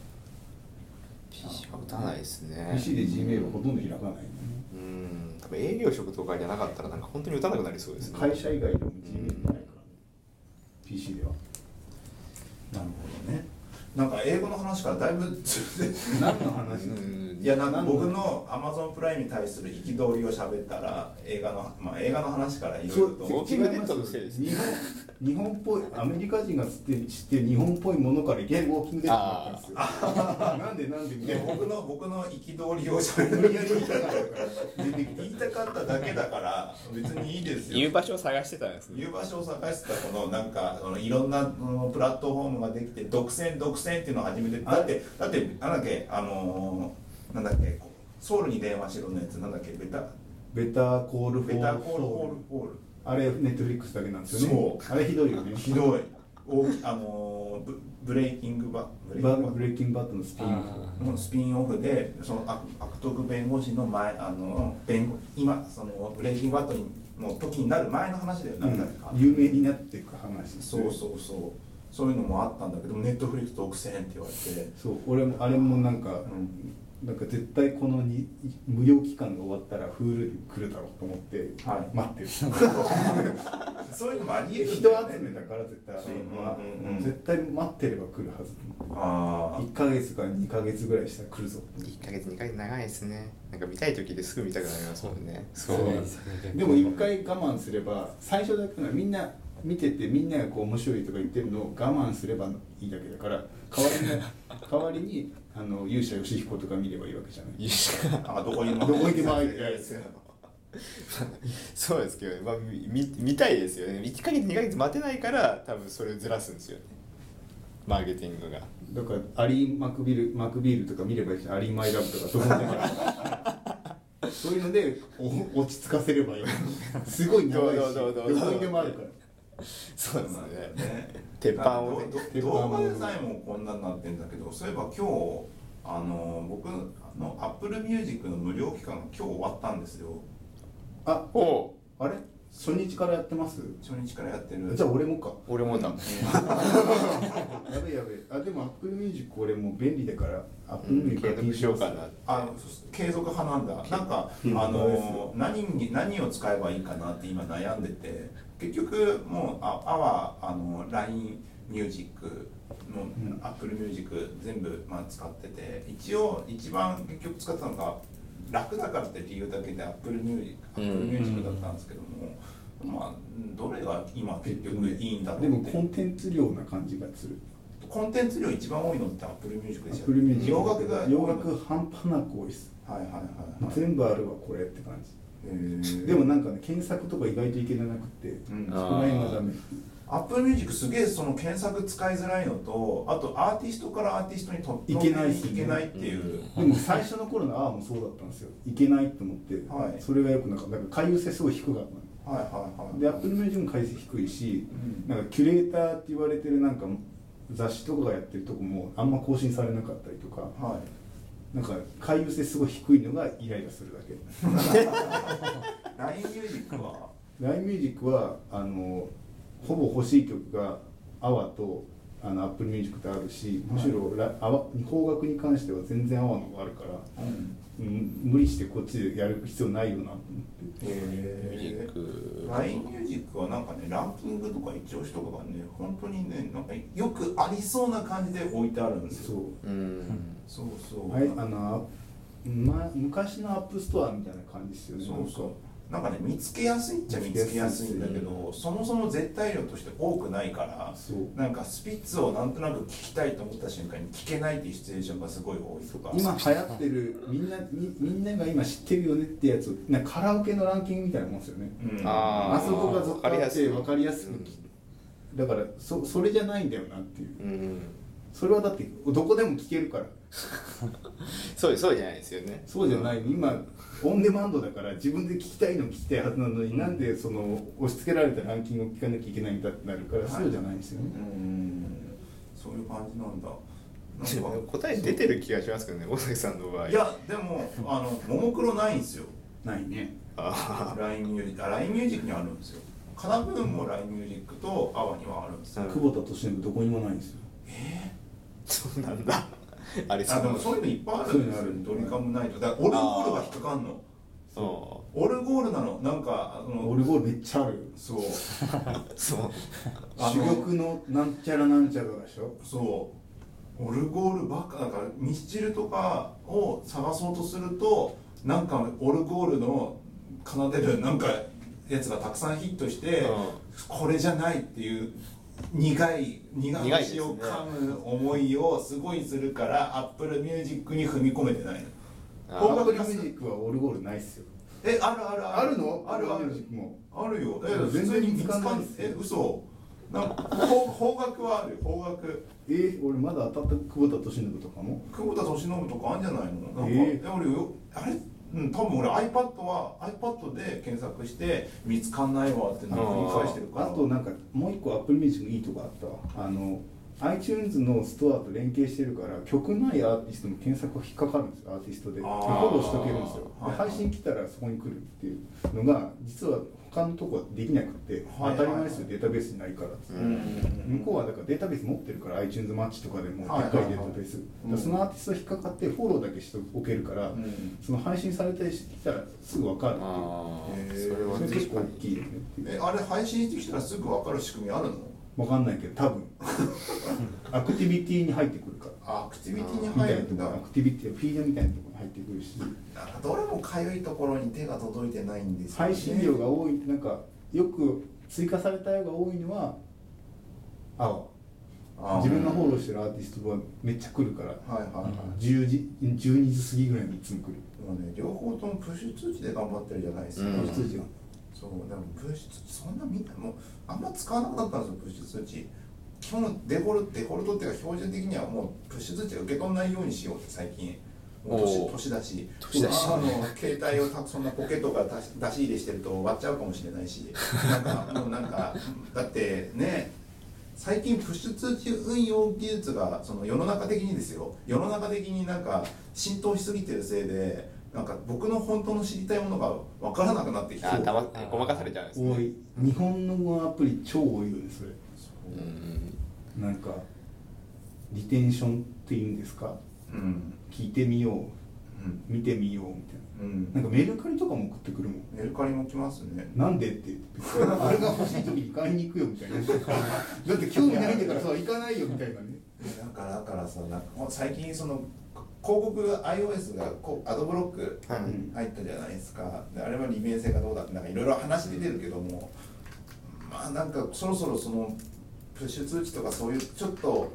Speaker 5: PC は打たないですね
Speaker 4: PC で Gmail はほとんど開かないね、
Speaker 5: うん多分営業職とかじゃなかったらなんか本当に打たなくなりそうですね
Speaker 4: 会社以外でも Gmail ないから、ね PC では
Speaker 1: なるほどねなんか英語の話からだいぶ ずれて
Speaker 4: 何の
Speaker 5: う
Speaker 4: 話
Speaker 5: ん
Speaker 1: いやなんか
Speaker 4: なんだ
Speaker 1: 僕の Amazon プライムに対する憤りを喋ったら映画の、まあ、映画の話からいろいろと
Speaker 5: そう
Speaker 4: 違います日本日本っぽいアメリカ人が知ってる知ってる日本っぽいものからいきなりウォーキングデッドになったんですよなんでなんでみ
Speaker 1: い
Speaker 4: た
Speaker 1: や
Speaker 4: いな
Speaker 1: 僕の僕の憤りを喋る
Speaker 4: 出てきた
Speaker 1: 言いたかっただけだから別にいいですよ
Speaker 5: 言う場所を探してたんですね
Speaker 1: 言う場所を探してたこのなんかそのいろんなそのプラットフォームができて独占独占っていうのを始めてだってだってあなんだっけあのーなんだっけこうソウルに電話しろのやつなんだっけベタ
Speaker 4: ベターコールフォ
Speaker 1: ベタ
Speaker 4: ー
Speaker 1: ー
Speaker 4: ル
Speaker 1: コールホールホール
Speaker 4: あれネットフリックスだけなんですよね
Speaker 1: そう
Speaker 4: あれひどいよね
Speaker 1: ひどい大きあのーブブレイキングバブレイキン
Speaker 4: バ
Speaker 1: グバ
Speaker 4: ブレイキングバットのスピンオフ
Speaker 3: あ
Speaker 1: のスピンオフでその悪悪徳弁護士の前あの弁護今そのブレイキングバットの時になる前の話だよ
Speaker 4: う
Speaker 1: な、んだ
Speaker 4: ん有名になっていく話です
Speaker 1: そうそうそうそういうのもあったんだけどネットフリックス独占って言われて、
Speaker 4: そう俺もあれもなんか、
Speaker 1: ん
Speaker 4: なんか絶対このに無料期間が終わったらフールに来るだろうと思って
Speaker 1: はい
Speaker 4: 待ってる、
Speaker 1: そういうのもありえ
Speaker 4: 人
Speaker 1: る
Speaker 4: 集
Speaker 1: んだよね
Speaker 4: めだから絶対あれは
Speaker 1: うんうんうん
Speaker 4: 絶対待ってれば来るはず
Speaker 1: ああ
Speaker 4: 1か月か2か月ぐらいしたら来るぞ
Speaker 5: 一ヶ月二ヶ月長いですねなんか見たい時ですぐ見たくなりますもんね
Speaker 3: そうですね
Speaker 4: でも1回我慢すれば最初だけならみんな見ててみんながこう面白いとか言ってるのを我慢すればいいだけだから代わりに 代わりにあの勇者義彦とか見ればいいわけじゃない
Speaker 5: いや
Speaker 1: なんかどこにも
Speaker 4: どこ行けばいい
Speaker 1: やつ
Speaker 5: そうですけど、まあ、み見見たいですよね1ヶ月2ヶ月待てないから多分それをずらすんですよねマーケティングが
Speaker 4: だからアリー・マクビルマクビールとか見ればいいしアリー・マイ・ラブとかそういうの でそういうのでお落ち着かせればいいすごい長いし
Speaker 5: どうぞどうぞどうぞ
Speaker 4: どこにでもあるから
Speaker 5: そうです
Speaker 1: まあ
Speaker 5: ね
Speaker 1: ね
Speaker 5: 鉄板をね
Speaker 1: なんかど
Speaker 4: 鉄板
Speaker 1: 動
Speaker 4: を
Speaker 1: 画でさえもこんなんなってんだけどそういえば今日あの僕あの Apple Music の無料期間が今日終わったんですよ
Speaker 4: あ
Speaker 5: おお
Speaker 4: あれ初日からやってます
Speaker 1: 初日からやってる
Speaker 4: じゃあ俺も か
Speaker 5: 俺もだ、
Speaker 4: やべやべあでも Apple Music 俺もう便利だから
Speaker 5: う
Speaker 4: Apple
Speaker 5: ん、
Speaker 4: Music
Speaker 5: 継続しようかな
Speaker 1: あのそ継続派なんだなんか、
Speaker 4: うん
Speaker 1: あ
Speaker 4: そうです
Speaker 1: の
Speaker 4: よ
Speaker 1: 何に何を使えばいいかなって今悩んでて結局もうああはあの LINE ミュージックもアップルミュージック全部まあ使ってて一応一番結局使ったのが楽だからって理由だけでアップルミュージック
Speaker 5: う
Speaker 1: ア
Speaker 5: ん
Speaker 1: ップルミュージックだったんですけども、まあどれが今結局いいんだろう
Speaker 4: で
Speaker 1: っ
Speaker 4: も
Speaker 1: て
Speaker 4: コンテンツ量な感じがする
Speaker 1: コンテンツ量一番多いのってアップルミュージックでした
Speaker 4: Apple Music
Speaker 1: 洋楽が
Speaker 4: 洋楽半端なく多いです
Speaker 1: はいはいはいはい
Speaker 4: 全部あるわこれって感じ
Speaker 1: へー
Speaker 4: でもなんかね検索とか意外といけなくて
Speaker 1: うん
Speaker 4: そこら辺はダメ
Speaker 1: アップルミュージックすげえその検索使いづらいのとあとアーティストからアーティストにと
Speaker 4: いけないっすね
Speaker 1: いけないっていう、
Speaker 4: でも最初の頃の「ああ」もそうだったんですよいけないと思って、
Speaker 1: はい
Speaker 4: それがよくなんかなんか回遊性すごい低かったの
Speaker 1: はいはいはい
Speaker 4: でアップルミュージックも回数低いし、
Speaker 1: うん
Speaker 4: なんかキュレーターって言われてるなんか雑誌とかがやってるとこもあんま更新されなかったりとか
Speaker 1: はい
Speaker 4: なんか回遊性すごい低いのがイライラするだけ
Speaker 1: LINE ミュージックは
Speaker 4: LINE ミュージックはあのほぼ欲しい曲が「アワとあのアップルミュージックってあるしむしろラ、アワ邦楽に関しては全然「アワの方があるから、
Speaker 1: うん
Speaker 4: うん、無理してこっちでやる必要ないよなと思って。
Speaker 5: ミュージ
Speaker 1: え
Speaker 5: ック
Speaker 1: LINE ミュージックはなんかねランキングとか一押しとかがね本当にねなんかよくありそうな感じで置いてあるんです
Speaker 4: そ
Speaker 1: よ
Speaker 4: う
Speaker 5: うん
Speaker 1: そうそう
Speaker 4: あれあの、ま、昔のアップストアみたいな感じですよね
Speaker 1: そうそうなんかね見つけやすいっちゃ見つけやすいんだけどそもそも絶対量として多くないから
Speaker 4: そう
Speaker 1: なんかスピッツをなんとなく聞きたいと思った瞬間に聞けないっていうシチュエーションがすごい多いとか
Speaker 4: 今流行ってるみんなみみんなが今知ってるよねってやつをなんかカラオケのランキングみたいなもんですよね
Speaker 1: うん
Speaker 5: あー
Speaker 4: あそこがずっとあ
Speaker 5: わかりや
Speaker 4: っ
Speaker 5: すい
Speaker 4: て分かりやすくだからそそれじゃないんだよなっていう
Speaker 5: うん
Speaker 4: それはだってどこでも聴けるから
Speaker 5: そうそうじゃないですよね
Speaker 4: そうじゃない今オンデマンドだから自分で聴きたいの聴きたいはずなのに、なんでその押し付けられたランキングを聴かなきゃいけないんだってなるから、
Speaker 1: はい
Speaker 4: そうじゃないんですよね、
Speaker 1: うんそういう感じなんだなんか
Speaker 5: 答え出てる気がしますけどね大崎さんの場合
Speaker 1: いやでもあのももクロないんですよ
Speaker 4: ないね
Speaker 5: あ
Speaker 1: LINE ミュージックあ LINE ミュージックにあるんですよカナブーンも LINE ミュージックとアワにはあるんですよ
Speaker 5: うん
Speaker 4: 久保田敏信どこにもないんですよ
Speaker 5: ーそうなんだあれ
Speaker 1: あで
Speaker 5: う
Speaker 1: もそういうのいっぱいあるんですよ
Speaker 4: そういうの
Speaker 1: ド
Speaker 4: ある
Speaker 1: リカムナイトだからオルゴールが引っかかんの
Speaker 5: そ
Speaker 1: オルゴールなのなんかあの
Speaker 4: オルゴールめっちゃあるよ
Speaker 1: そう
Speaker 5: うそう
Speaker 1: あ
Speaker 4: 珠
Speaker 1: の
Speaker 4: 玉のなんちゃらなんちゃらでしょ
Speaker 1: そうオルゴールばっかだからミスチルとかを探そうとするとなんかオルゴールの奏でるなんかやつがたくさんヒットして、
Speaker 5: うん
Speaker 1: これじゃないっていう苦い苦
Speaker 5: 苦いで
Speaker 1: 虫
Speaker 5: すね
Speaker 1: を噛む思いをすごいするからアップルミュージックに踏み込めてないの
Speaker 5: あ
Speaker 4: 音
Speaker 1: ー
Speaker 4: 楽ミュージックはオルゴールないっすよ
Speaker 1: えあるある
Speaker 4: あるの
Speaker 1: あるあ
Speaker 4: オルゴー
Speaker 1: る
Speaker 4: ルミュージックも
Speaker 1: あるよえ普
Speaker 4: 全
Speaker 1: 通
Speaker 4: 然
Speaker 1: に見
Speaker 4: 見
Speaker 1: つ
Speaker 4: つ
Speaker 1: か
Speaker 4: かんない
Speaker 1: んえ嘘なんか邦邦楽はあるよ邦楽
Speaker 4: えー、俺まだ当たった久保田敏信とかも
Speaker 1: 久保田敏信とかあんじゃないのなんか、
Speaker 4: ええ
Speaker 1: え俺よあれうん、多分俺 iPad は iPad で検索して見つかんないわってのを繰り返してるから
Speaker 4: あとなんかもう一個アップルミュージックのいいとこあったわあの iTunes のストアと連携してるから曲ないアーティストも検索が引っかかるんですよアーティストで
Speaker 1: あ
Speaker 4: フ
Speaker 1: ー
Speaker 4: ォローしとけるんですよ
Speaker 1: はい
Speaker 4: で配信来たらそこに来るっていうのが実は他のとこはできなくて
Speaker 1: はい
Speaker 4: 当たり前ですよデータベースにないからっつって
Speaker 1: うん
Speaker 4: 向こうはだからデータベース持ってるから iTunes マッチとかでも
Speaker 1: はいは
Speaker 4: でっ
Speaker 1: い
Speaker 4: か
Speaker 1: はい
Speaker 4: いデータベース、
Speaker 1: うん
Speaker 4: そのアーティスト引っかかってフォローだけしておけるから、
Speaker 1: うん
Speaker 4: その配信されたりしてきたらすぐ分かるって
Speaker 5: あ
Speaker 1: へ
Speaker 5: ー
Speaker 1: ー
Speaker 5: それは
Speaker 4: いうそれ
Speaker 5: 確
Speaker 4: 結構
Speaker 5: か
Speaker 4: 大
Speaker 5: に
Speaker 4: きいよねっていう
Speaker 1: えあれ配信してきたらすぐ分かる仕組みあるの
Speaker 4: 分かんないけど多 分アクティビティに入ってくるから
Speaker 1: あアクティビティに
Speaker 4: みた
Speaker 1: 入
Speaker 4: いな
Speaker 1: る
Speaker 4: と
Speaker 1: ん
Speaker 4: こ
Speaker 1: だ
Speaker 4: ろアクティビティフィードみたいなところに入ってくるし
Speaker 1: なんかどれもかゆいところに手が届いてないんですよね
Speaker 4: 配信量が多いなんかよく追加されたよが多いのは青
Speaker 1: あー
Speaker 4: 自分がフォローしてるアーティストはめっちゃ来るから
Speaker 1: はいはいはい、
Speaker 4: 10時12時過ぎぐらいにいつも来る
Speaker 1: もうね両方ともプッシュ通知で頑張ってるじゃないですか、
Speaker 5: うん
Speaker 4: この人たちが
Speaker 1: そうでもプッシュ通知そんなみんなもうあんま使わなくなったんですよプッシュ通知基本デフォルトデフォルトっていうか標準的にはもうプッシュ通知が受け取らないようにしようって最近もう
Speaker 5: お
Speaker 1: 年
Speaker 5: う
Speaker 1: 年だし
Speaker 5: 年だし
Speaker 1: あの携帯をたそんなポケットから出し出し入れしてると割っちゃうかもしれないしなんかもうなんかだってね最近プッシュ通知運用技術がその世の中的にですよ世の中的になんか浸透しすぎてるせいでなんか僕の本当の知りたいものが分からなくなってきて
Speaker 5: あたまごまかされちゃうんですね
Speaker 4: 多い日本のアプリ超多いよねそれ
Speaker 5: うん
Speaker 4: なんかリテンションっていうんですか
Speaker 1: うん
Speaker 4: 聞いてみよう
Speaker 1: うん
Speaker 4: 見てみようみたい
Speaker 1: うん
Speaker 4: ななんかメルカリとかも送ってくるもん
Speaker 1: メルカリも来ますね
Speaker 4: なんでって言ってあれが欲しい時に買いに行くよみたいなだって興味ないんだからさ行かないよみたいなね
Speaker 1: だからだからさなんかもう最近その広告が iOS がこうアドブロック
Speaker 5: はい
Speaker 4: うん
Speaker 1: 入ったじゃないですかであれは利便性がどうだってなんかいろいろ話出てるけども、まあなんかそろそろそのプッシュ通知とかそういうちょっと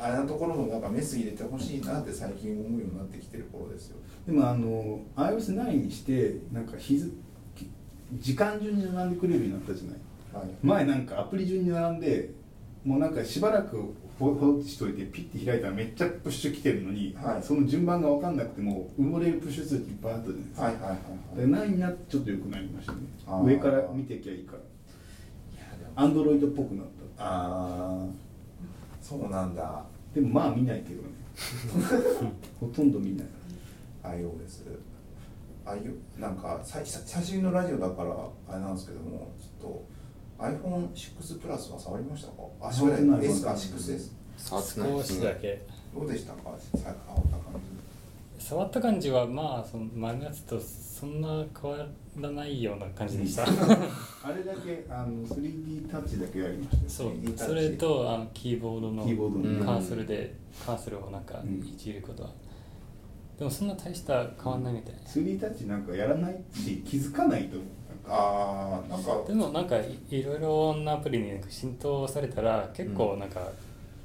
Speaker 1: あれなところもなんかメス入れてほしいなって最近思うようになってきてる頃ですよ
Speaker 4: でもあの iOS9 にしてなんか日付時間順に並んでくれるようになったじゃな
Speaker 1: は
Speaker 4: い
Speaker 1: い
Speaker 4: 前なんかアプリ順に並んでもうなんかしばらく放置しといてピッて開いたらめっちゃプッシュ来てるのに、
Speaker 1: はい
Speaker 4: その順番が分かんなくても埋もれるプッシュ数っていっぱいあったじゃないですか、
Speaker 1: はいはいはいはい
Speaker 4: でないなってちょっと良くなりましたね
Speaker 1: あー
Speaker 4: 上から見てきゃいいから
Speaker 1: いやでも
Speaker 4: アンドロイドっぽくなった
Speaker 1: ああそうなんだ
Speaker 4: でもまあ見ないけど ねほとんど見ない
Speaker 1: iOS ああいうなんかさ久久しぶりのラジオだからあれなんですけどもちょっと iPhone6 プラスは触りましたかあ触れ
Speaker 4: 触っ
Speaker 1: な
Speaker 4: て
Speaker 1: い
Speaker 4: ない
Speaker 1: S か 6S
Speaker 2: 触ってない
Speaker 3: 少しだけ
Speaker 1: どうでしたかさ触った感
Speaker 3: 触った感じはまあその前のやつとそんな変わらないような感じでした
Speaker 4: あれだけあの 3D タッチだけやりましたよ
Speaker 3: そうそれとあのキーボードの
Speaker 4: キーボー
Speaker 2: の
Speaker 4: ド
Speaker 3: カーソルでカーソルをなんか
Speaker 4: うん
Speaker 3: いじることは、でもそんな大した変わんないみたいな
Speaker 4: 3D タッチなんかやらないし気づかないと思うなんか
Speaker 1: ああなんか
Speaker 3: でもなんかいいろいろなアプリになんか浸透されたら結構なんか、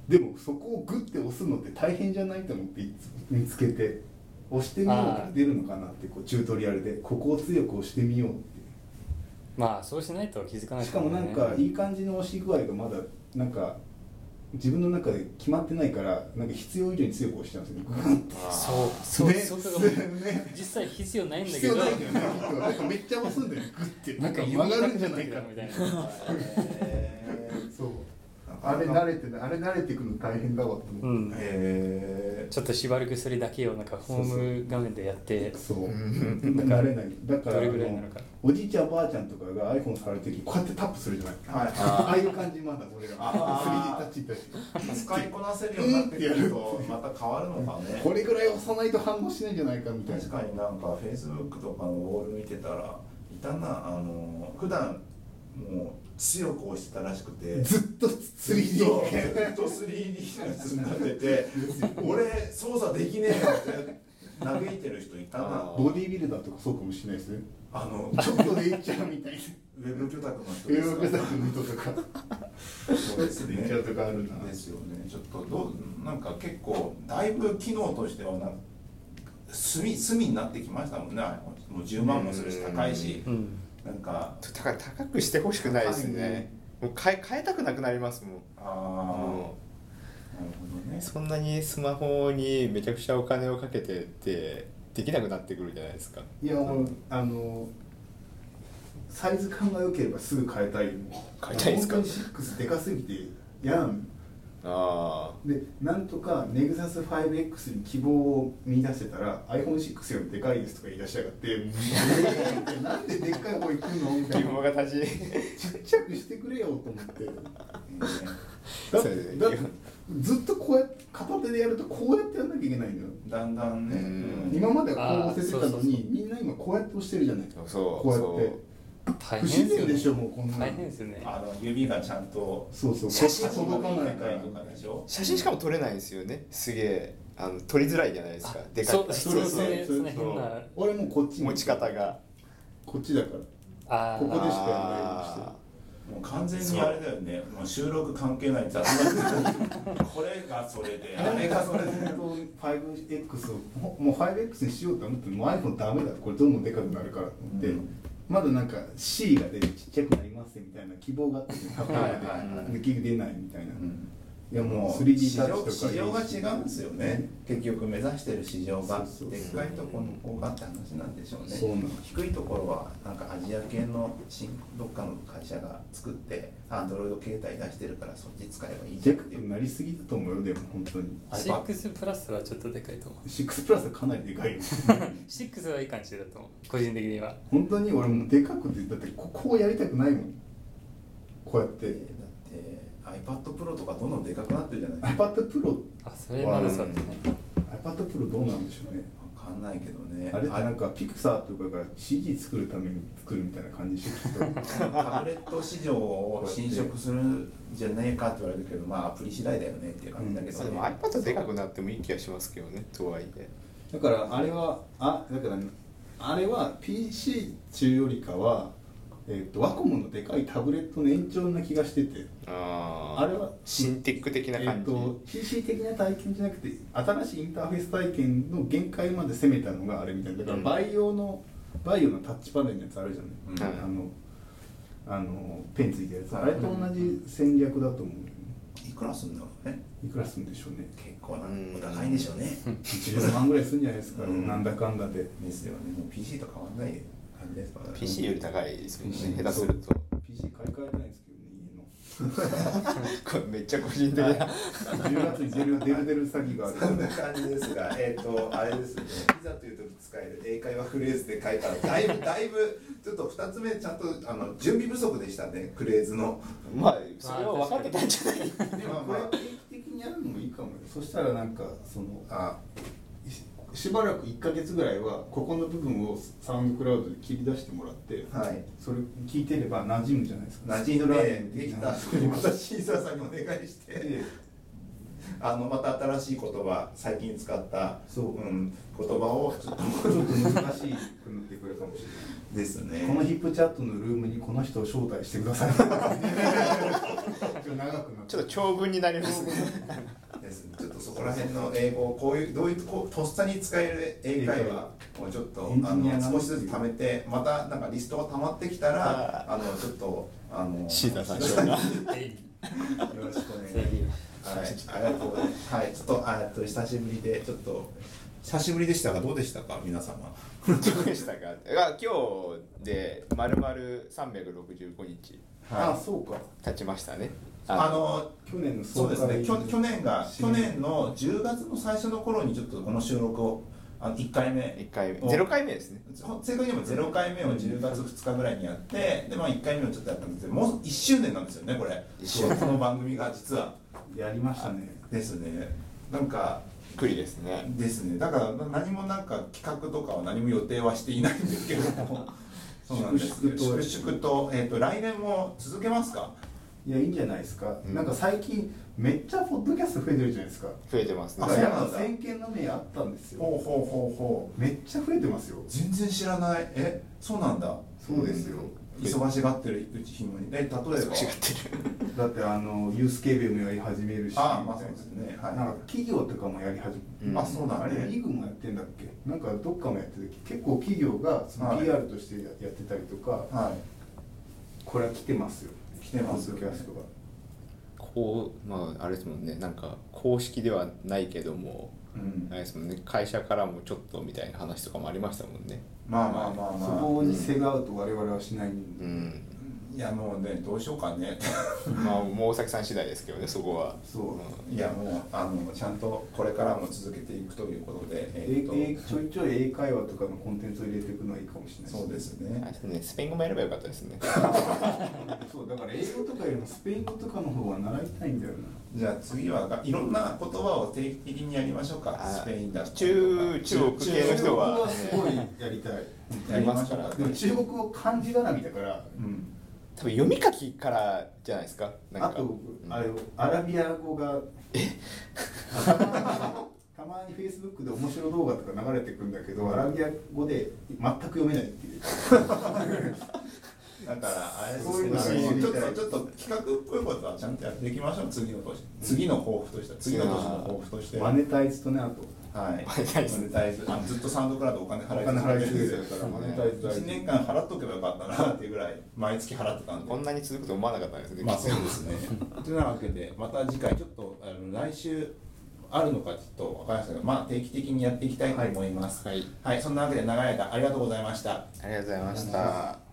Speaker 4: でもそこをグッて押すのって大変じゃないと思っていつも見つけて押してみよう
Speaker 3: あ
Speaker 4: っ
Speaker 3: ー
Speaker 4: て出るのかなってこうチュートリアルでここを強く押してみようっ
Speaker 3: まあそうしないと気づかな
Speaker 4: て
Speaker 3: い
Speaker 4: しかもなんかいい感じの押し具合がまだなんか自分の中で決まってないからなんか必要以上に強く押しちゃうんですよグーンって
Speaker 3: そうそう
Speaker 4: ね
Speaker 3: そうそうそう
Speaker 4: ね
Speaker 3: 実際必要ないんだ
Speaker 4: 必
Speaker 3: け
Speaker 4: 要
Speaker 3: ど
Speaker 4: ないんだよねきっとなんかめっちゃ押すんだよグッて
Speaker 3: なんか
Speaker 4: 曲がるんじゃ
Speaker 3: な
Speaker 4: ない
Speaker 3: い
Speaker 4: か
Speaker 3: か
Speaker 4: な
Speaker 3: みたいな
Speaker 1: へ
Speaker 4: そう
Speaker 1: ー
Speaker 4: あれ慣れてあれ慣れてくの大変だわと
Speaker 3: う
Speaker 4: 思っ
Speaker 3: ん
Speaker 4: て、
Speaker 1: へー
Speaker 3: ちょっとしばらくそれだけをなんかホーム画面でやって
Speaker 4: そう
Speaker 5: うん
Speaker 4: なんか慣れないだから
Speaker 3: どれぐらいなのか
Speaker 4: おじいちゃんおばあちゃんとかが iPhone 触るときこうやってタップするじゃない
Speaker 1: はい
Speaker 4: ああいう感じまだ俺ら
Speaker 1: あ
Speaker 4: 3D
Speaker 1: ー
Speaker 4: タッチだし
Speaker 1: 使いこなせるようになってくるとまた変わるのかね
Speaker 4: これぐらい押さないと反応しないんじゃないかみたいな
Speaker 1: 確かになんかフェイスブックとかのウォール見てたらいたなあの普段もう強く押してたらしくて
Speaker 4: ずっと 3D
Speaker 1: ずっとずっと 3D のやつになってて俺操作できねえよって嘆いてる人いたな
Speaker 4: ボディービルダーとかそうかもしれないですね
Speaker 1: あの
Speaker 4: ちょっとでいっちゃうみ たいな
Speaker 1: ウェブ許諾の人
Speaker 4: 映
Speaker 1: で
Speaker 4: 画
Speaker 1: す
Speaker 4: 化
Speaker 1: か
Speaker 4: 作の人とか
Speaker 1: そうです
Speaker 4: でいっ
Speaker 1: ね
Speaker 4: ちゃうとかあるな
Speaker 1: ですよねちょっとどうなんか結構だいぶ機能としてはなんか隅隅になってきましたもんねもう10万もするし高いし
Speaker 3: うん
Speaker 1: なんか
Speaker 5: だから高くしてほしくないです
Speaker 4: 高い
Speaker 5: ね
Speaker 4: ね
Speaker 5: もう変え変えたくなくなりますもん
Speaker 1: ああ
Speaker 5: も
Speaker 1: なるほどね
Speaker 5: うそんなにスマホにめちゃくちゃお金をかけてってできなくなってくるじゃないですか
Speaker 4: いやもうあのサイズ感が良ければすぐ変え たい
Speaker 5: 変えたいですか
Speaker 4: 本当に6でかすぎてやん
Speaker 5: あ
Speaker 4: でなんとかネグサス 5X に希望を見出してたら iPhone6 よりでかいですとか言い出しやが ってえーなんででっかい方行くのみ
Speaker 5: あ疑
Speaker 4: たいな
Speaker 5: 問が立ち
Speaker 4: ちっちゃくしてくれよと思 ってだっ
Speaker 5: そう
Speaker 4: て
Speaker 5: ね
Speaker 4: だってずっとこうやって片手でやるとこうやってやんなきゃいけないのよ
Speaker 1: だんだんね、
Speaker 5: うん
Speaker 4: 今まではこう押せてた
Speaker 3: あーそ
Speaker 4: の
Speaker 3: うそう
Speaker 4: にみんな今こうやって押してるじゃないですか
Speaker 5: そう
Speaker 4: こうやっ
Speaker 3: 大
Speaker 4: 不
Speaker 3: 変
Speaker 4: 自
Speaker 3: ですよ
Speaker 4: 然
Speaker 3: ね
Speaker 4: でしょもうこんなの
Speaker 3: 大変ですよね
Speaker 1: あの指がちゃんと
Speaker 4: そうそう
Speaker 5: 写真
Speaker 4: ここが届かないか
Speaker 1: から
Speaker 4: ら
Speaker 1: とかでしょ
Speaker 5: 写真しかも撮れないですよねすげえあの撮りづらいじゃないですかでかい
Speaker 3: そ
Speaker 5: か
Speaker 3: う
Speaker 5: ら
Speaker 3: そうですね
Speaker 4: そ
Speaker 3: そうん
Speaker 4: そう
Speaker 3: な変な
Speaker 4: 俺もうこっち
Speaker 5: 持ち方が
Speaker 4: こっちだから
Speaker 3: あ
Speaker 4: ここでし
Speaker 3: ー
Speaker 4: かやらないようにしてる
Speaker 5: あー
Speaker 1: もう完全にあれだよねもう収録関係ない雑 談これがそれであれがそれで
Speaker 4: 本当 5X をほもう 5X にしようと思ってもう iPhone ダメだこれどんどんでかくなるからと思って、
Speaker 1: うん
Speaker 4: まだなんか C が出てちっちゃくなりますみたいな希望があって
Speaker 1: はいはいはい
Speaker 4: 抜き出ないみたいな、
Speaker 1: うん
Speaker 4: いやも
Speaker 1: も
Speaker 4: う
Speaker 1: う
Speaker 4: 3D
Speaker 1: 市
Speaker 4: タッチと
Speaker 1: 場
Speaker 4: か
Speaker 1: 市場が違うんですよね結局目指してる市場が
Speaker 4: そうそうそう
Speaker 1: でっかいところの方がって話なんでしょうね
Speaker 4: そうなの
Speaker 1: 低いところはなんかアジア系の新どっかの会社が作ってアンドロイド携帯出してるからそっち使えばいいじ
Speaker 4: ジ
Speaker 1: ゃん
Speaker 4: ャ
Speaker 1: って
Speaker 4: ック
Speaker 1: いう
Speaker 4: になりすぎだと思うよでも本当に
Speaker 3: 6プラスはちょっとでかいと思 う
Speaker 4: 6プラスはかなりでかいよ
Speaker 3: 6はいい感じだと思う個人的には
Speaker 4: 本当に俺もうでかくてだってここをやりたくないもんこうやって
Speaker 1: だって iPad Pro とかどんどんでかくなってるじゃないですか
Speaker 4: iPad Pro iPad
Speaker 3: あそれまだそうですね
Speaker 4: Pro どうなんでしょうね
Speaker 1: わかかんないけどね
Speaker 4: あれってなんかピクサーとかが CG 作るために作るみたいな感じでしてきた
Speaker 1: タブレット市場を侵食するんじゃねえかって言われるけどまあアプリ次第だよねっていう感じだけど、
Speaker 5: まあ、でも iPad はでかくなってもいい気がしますけどねとはいえ
Speaker 4: だからあれはあだからあれは PC 中よりかは、えー、とワコムのでかいタブレットの延長な気がしてて
Speaker 5: あ
Speaker 4: あれは
Speaker 5: 新テック的な感じ、
Speaker 4: えー、と PC 的な体験じゃなくて新しいインターフェース体験の限界まで攻めたのがあれみたいなだから
Speaker 5: うん
Speaker 4: バイオの、バイオのタッチパネルのやつあるじゃな
Speaker 5: う
Speaker 4: い、
Speaker 5: ん
Speaker 4: あのあのペンついてるやつ
Speaker 1: はい
Speaker 4: あれと同じ戦略だと思うよね
Speaker 1: いくらすんだろうね
Speaker 4: いくらするんでしょうね
Speaker 1: 結構なお高いんでしょうね、
Speaker 4: 10万ぐらいするんじゃないですか、
Speaker 1: うん
Speaker 4: なんだかんだで
Speaker 1: ですよねもう PC と変わんない感じですからね
Speaker 5: PC より高いですもんね
Speaker 4: PC
Speaker 5: 下手すると
Speaker 4: PC 買い替えたいんですけどね家の
Speaker 5: これめっちゃ個人的 な
Speaker 4: 10月に出る出る出る詐欺がある
Speaker 1: そんな感じですが、 えっ、と、あれですね、いざという時使える英会話フレーズで書いたら、だいぶ、 だいぶ、ちょっと2つ目、ちゃんとあの準備不足でしたね、フレーズの。
Speaker 5: まあそれは分かってたんじゃない
Speaker 4: でもこれは定期的にやるのもいいかもよそしたらなんかそのあししばらく1か月ぐらいはここの部分をサウンドクラウドで切り出してもらって、
Speaker 1: はい。
Speaker 4: それ聞いてれば馴染むじゃないですか
Speaker 1: なじんで、
Speaker 4: ス
Speaker 1: でき
Speaker 4: ク
Speaker 1: た
Speaker 4: ラウ
Speaker 1: 後に
Speaker 4: ド的 な
Speaker 1: またシーザーさんにお願いして、
Speaker 4: で
Speaker 1: あの、また新しい言葉、最近使った、、
Speaker 4: そうん
Speaker 1: 言葉を、ちょっと、
Speaker 4: ちょっと難しくなってくるかもしれない
Speaker 1: ですね。
Speaker 4: このヒップチャットのルームにこの人を招待してくださいちょっと長くなっ
Speaker 5: ちょっと長文になりますね
Speaker 1: ですちょっとそこら辺の英語をこういうどういうこうとっさに使える英会話をちょっと
Speaker 4: エンジ
Speaker 1: あ
Speaker 4: ニアなん
Speaker 1: の少
Speaker 4: で
Speaker 1: しずつ貯めてまたなんかリストが溜まってきたらあのちょっとあの
Speaker 5: シーザーさん
Speaker 1: シーザーよ
Speaker 3: え
Speaker 1: ろしくお願い
Speaker 3: い
Speaker 1: します。はい、ありがとうございます。はい、ちょっとあえっと久しぶりでちょっと久しぶりでしたがどうでしたか皆様。
Speaker 5: どうでしたか が今日で丸々365日
Speaker 4: あそうか
Speaker 5: 経ちましたね
Speaker 1: あの
Speaker 4: 去年の
Speaker 1: そうですね。きょ去年が去
Speaker 4: 新年
Speaker 1: 年の10月の最初の頃にちょっとこの収録をあの1回目
Speaker 5: 1回目0回目ですね
Speaker 1: 正確にも0回目を10月2日ぐらいにやってで、まあ、1回目をちょっとやったんですけどもう1周年なんですよねこれ
Speaker 5: 一周年
Speaker 1: この番組が実は
Speaker 4: やりましたね
Speaker 1: ですねなんか
Speaker 5: びっくりですね
Speaker 1: ですねだからな何もなんか企画とかは何も予定はしていないんですけど もそうなんです
Speaker 4: 粛々と
Speaker 1: 粛々と,、えー、と来年も続けますか
Speaker 4: いやいいんじゃないですか、
Speaker 5: うん
Speaker 4: なんか最近めっちゃポッドキャスト増えてるじゃないですか
Speaker 5: 増えてますね
Speaker 1: あ
Speaker 4: だ
Speaker 1: そ
Speaker 4: か
Speaker 1: う
Speaker 4: ら
Speaker 1: な
Speaker 4: や
Speaker 1: んだ
Speaker 4: っぱ先見の目あったんですよ
Speaker 1: ほうほうほうほう
Speaker 4: めっちゃ増えてますよ
Speaker 1: 全然知らないえそうなんだ
Speaker 4: そうですよ
Speaker 1: 忙しがってるうちひもにえ例えば
Speaker 5: 少し違ってる
Speaker 4: だってあのユースケベもやり始めるし
Speaker 1: あまあそうですねはい
Speaker 4: なんか企業とかもやり始
Speaker 5: う
Speaker 4: め
Speaker 5: ん
Speaker 1: あそうなんだ
Speaker 4: あれリグもやってんだっけなんかどっかもやってる結構企業がそ
Speaker 1: は
Speaker 4: の
Speaker 1: い
Speaker 4: PR としてややってたりとか、
Speaker 1: は
Speaker 4: これは来てますよ
Speaker 1: い来てます
Speaker 4: ポ
Speaker 1: よ
Speaker 4: ッドキャストが
Speaker 5: こうまああれですもんねなんか公式ではないけども
Speaker 1: うん
Speaker 5: あれですもんね会社からもちょっとみたいな話とかもありましたもんね
Speaker 1: まあまあまあまあ
Speaker 4: そこにせがうと我々はしないん
Speaker 5: う
Speaker 4: で、
Speaker 5: ん
Speaker 1: いやもうねどうしようかね
Speaker 5: まあもう大崎さん次第ですけどねそこは
Speaker 4: そう、
Speaker 1: いやもうあのちゃんとこれからも続けていくということで、
Speaker 4: え
Speaker 1: えーっと
Speaker 4: えちょいちょい英会話とかのコンテンツを入れていくのはいいかもしれない
Speaker 1: そうです
Speaker 5: あれ
Speaker 1: ね
Speaker 5: ですねスペイン語もやればよかったですね
Speaker 4: そうだから英語とかよりもスペイン語とかの方が習いたいんだよな
Speaker 1: じゃあ次はいろんな言葉を定期的にやりましょうか
Speaker 5: あ
Speaker 1: スペインだったりとか
Speaker 5: 中中国系の人は
Speaker 4: 中国語はすごいやりたい
Speaker 1: やりますから
Speaker 4: でも中国語漢字絡みだから
Speaker 1: うん
Speaker 5: 多分読み書きからじゃないですかなんか
Speaker 4: あと
Speaker 5: うん
Speaker 4: あれアラビア語が たまにフェイスブックで面白動画とか流れてくんだけどアラビア語で全く読めないっ ていう
Speaker 1: だからあれで
Speaker 4: そう
Speaker 1: す
Speaker 4: い
Speaker 1: ね
Speaker 4: うの
Speaker 1: ちょっとちょっと企画っぽいことはちゃんとやっていきましょう次の年次の抱負として次の年の抱負として
Speaker 4: マネタイズとねあと
Speaker 1: はい
Speaker 5: マネタイズ
Speaker 1: マネタイズあのずっとサウンドクラウドお金
Speaker 4: お
Speaker 1: 払い
Speaker 4: 金払い
Speaker 1: 続けてる
Speaker 4: 続けてるからマネタイズ大
Speaker 1: 1
Speaker 4: 事
Speaker 1: 年間払っとけばよかったなっていうぐらい毎月払ってたんで
Speaker 5: こんなに続くと思わなかったですね
Speaker 1: まあそうですねというわけでまた次回ちょっとあの来週あるのかちょっと分かりませんがまあ定期的にやっていきたいと思います
Speaker 5: はい、
Speaker 1: はい、そんなわけで長い間ありがとうございました
Speaker 5: ありがとうございました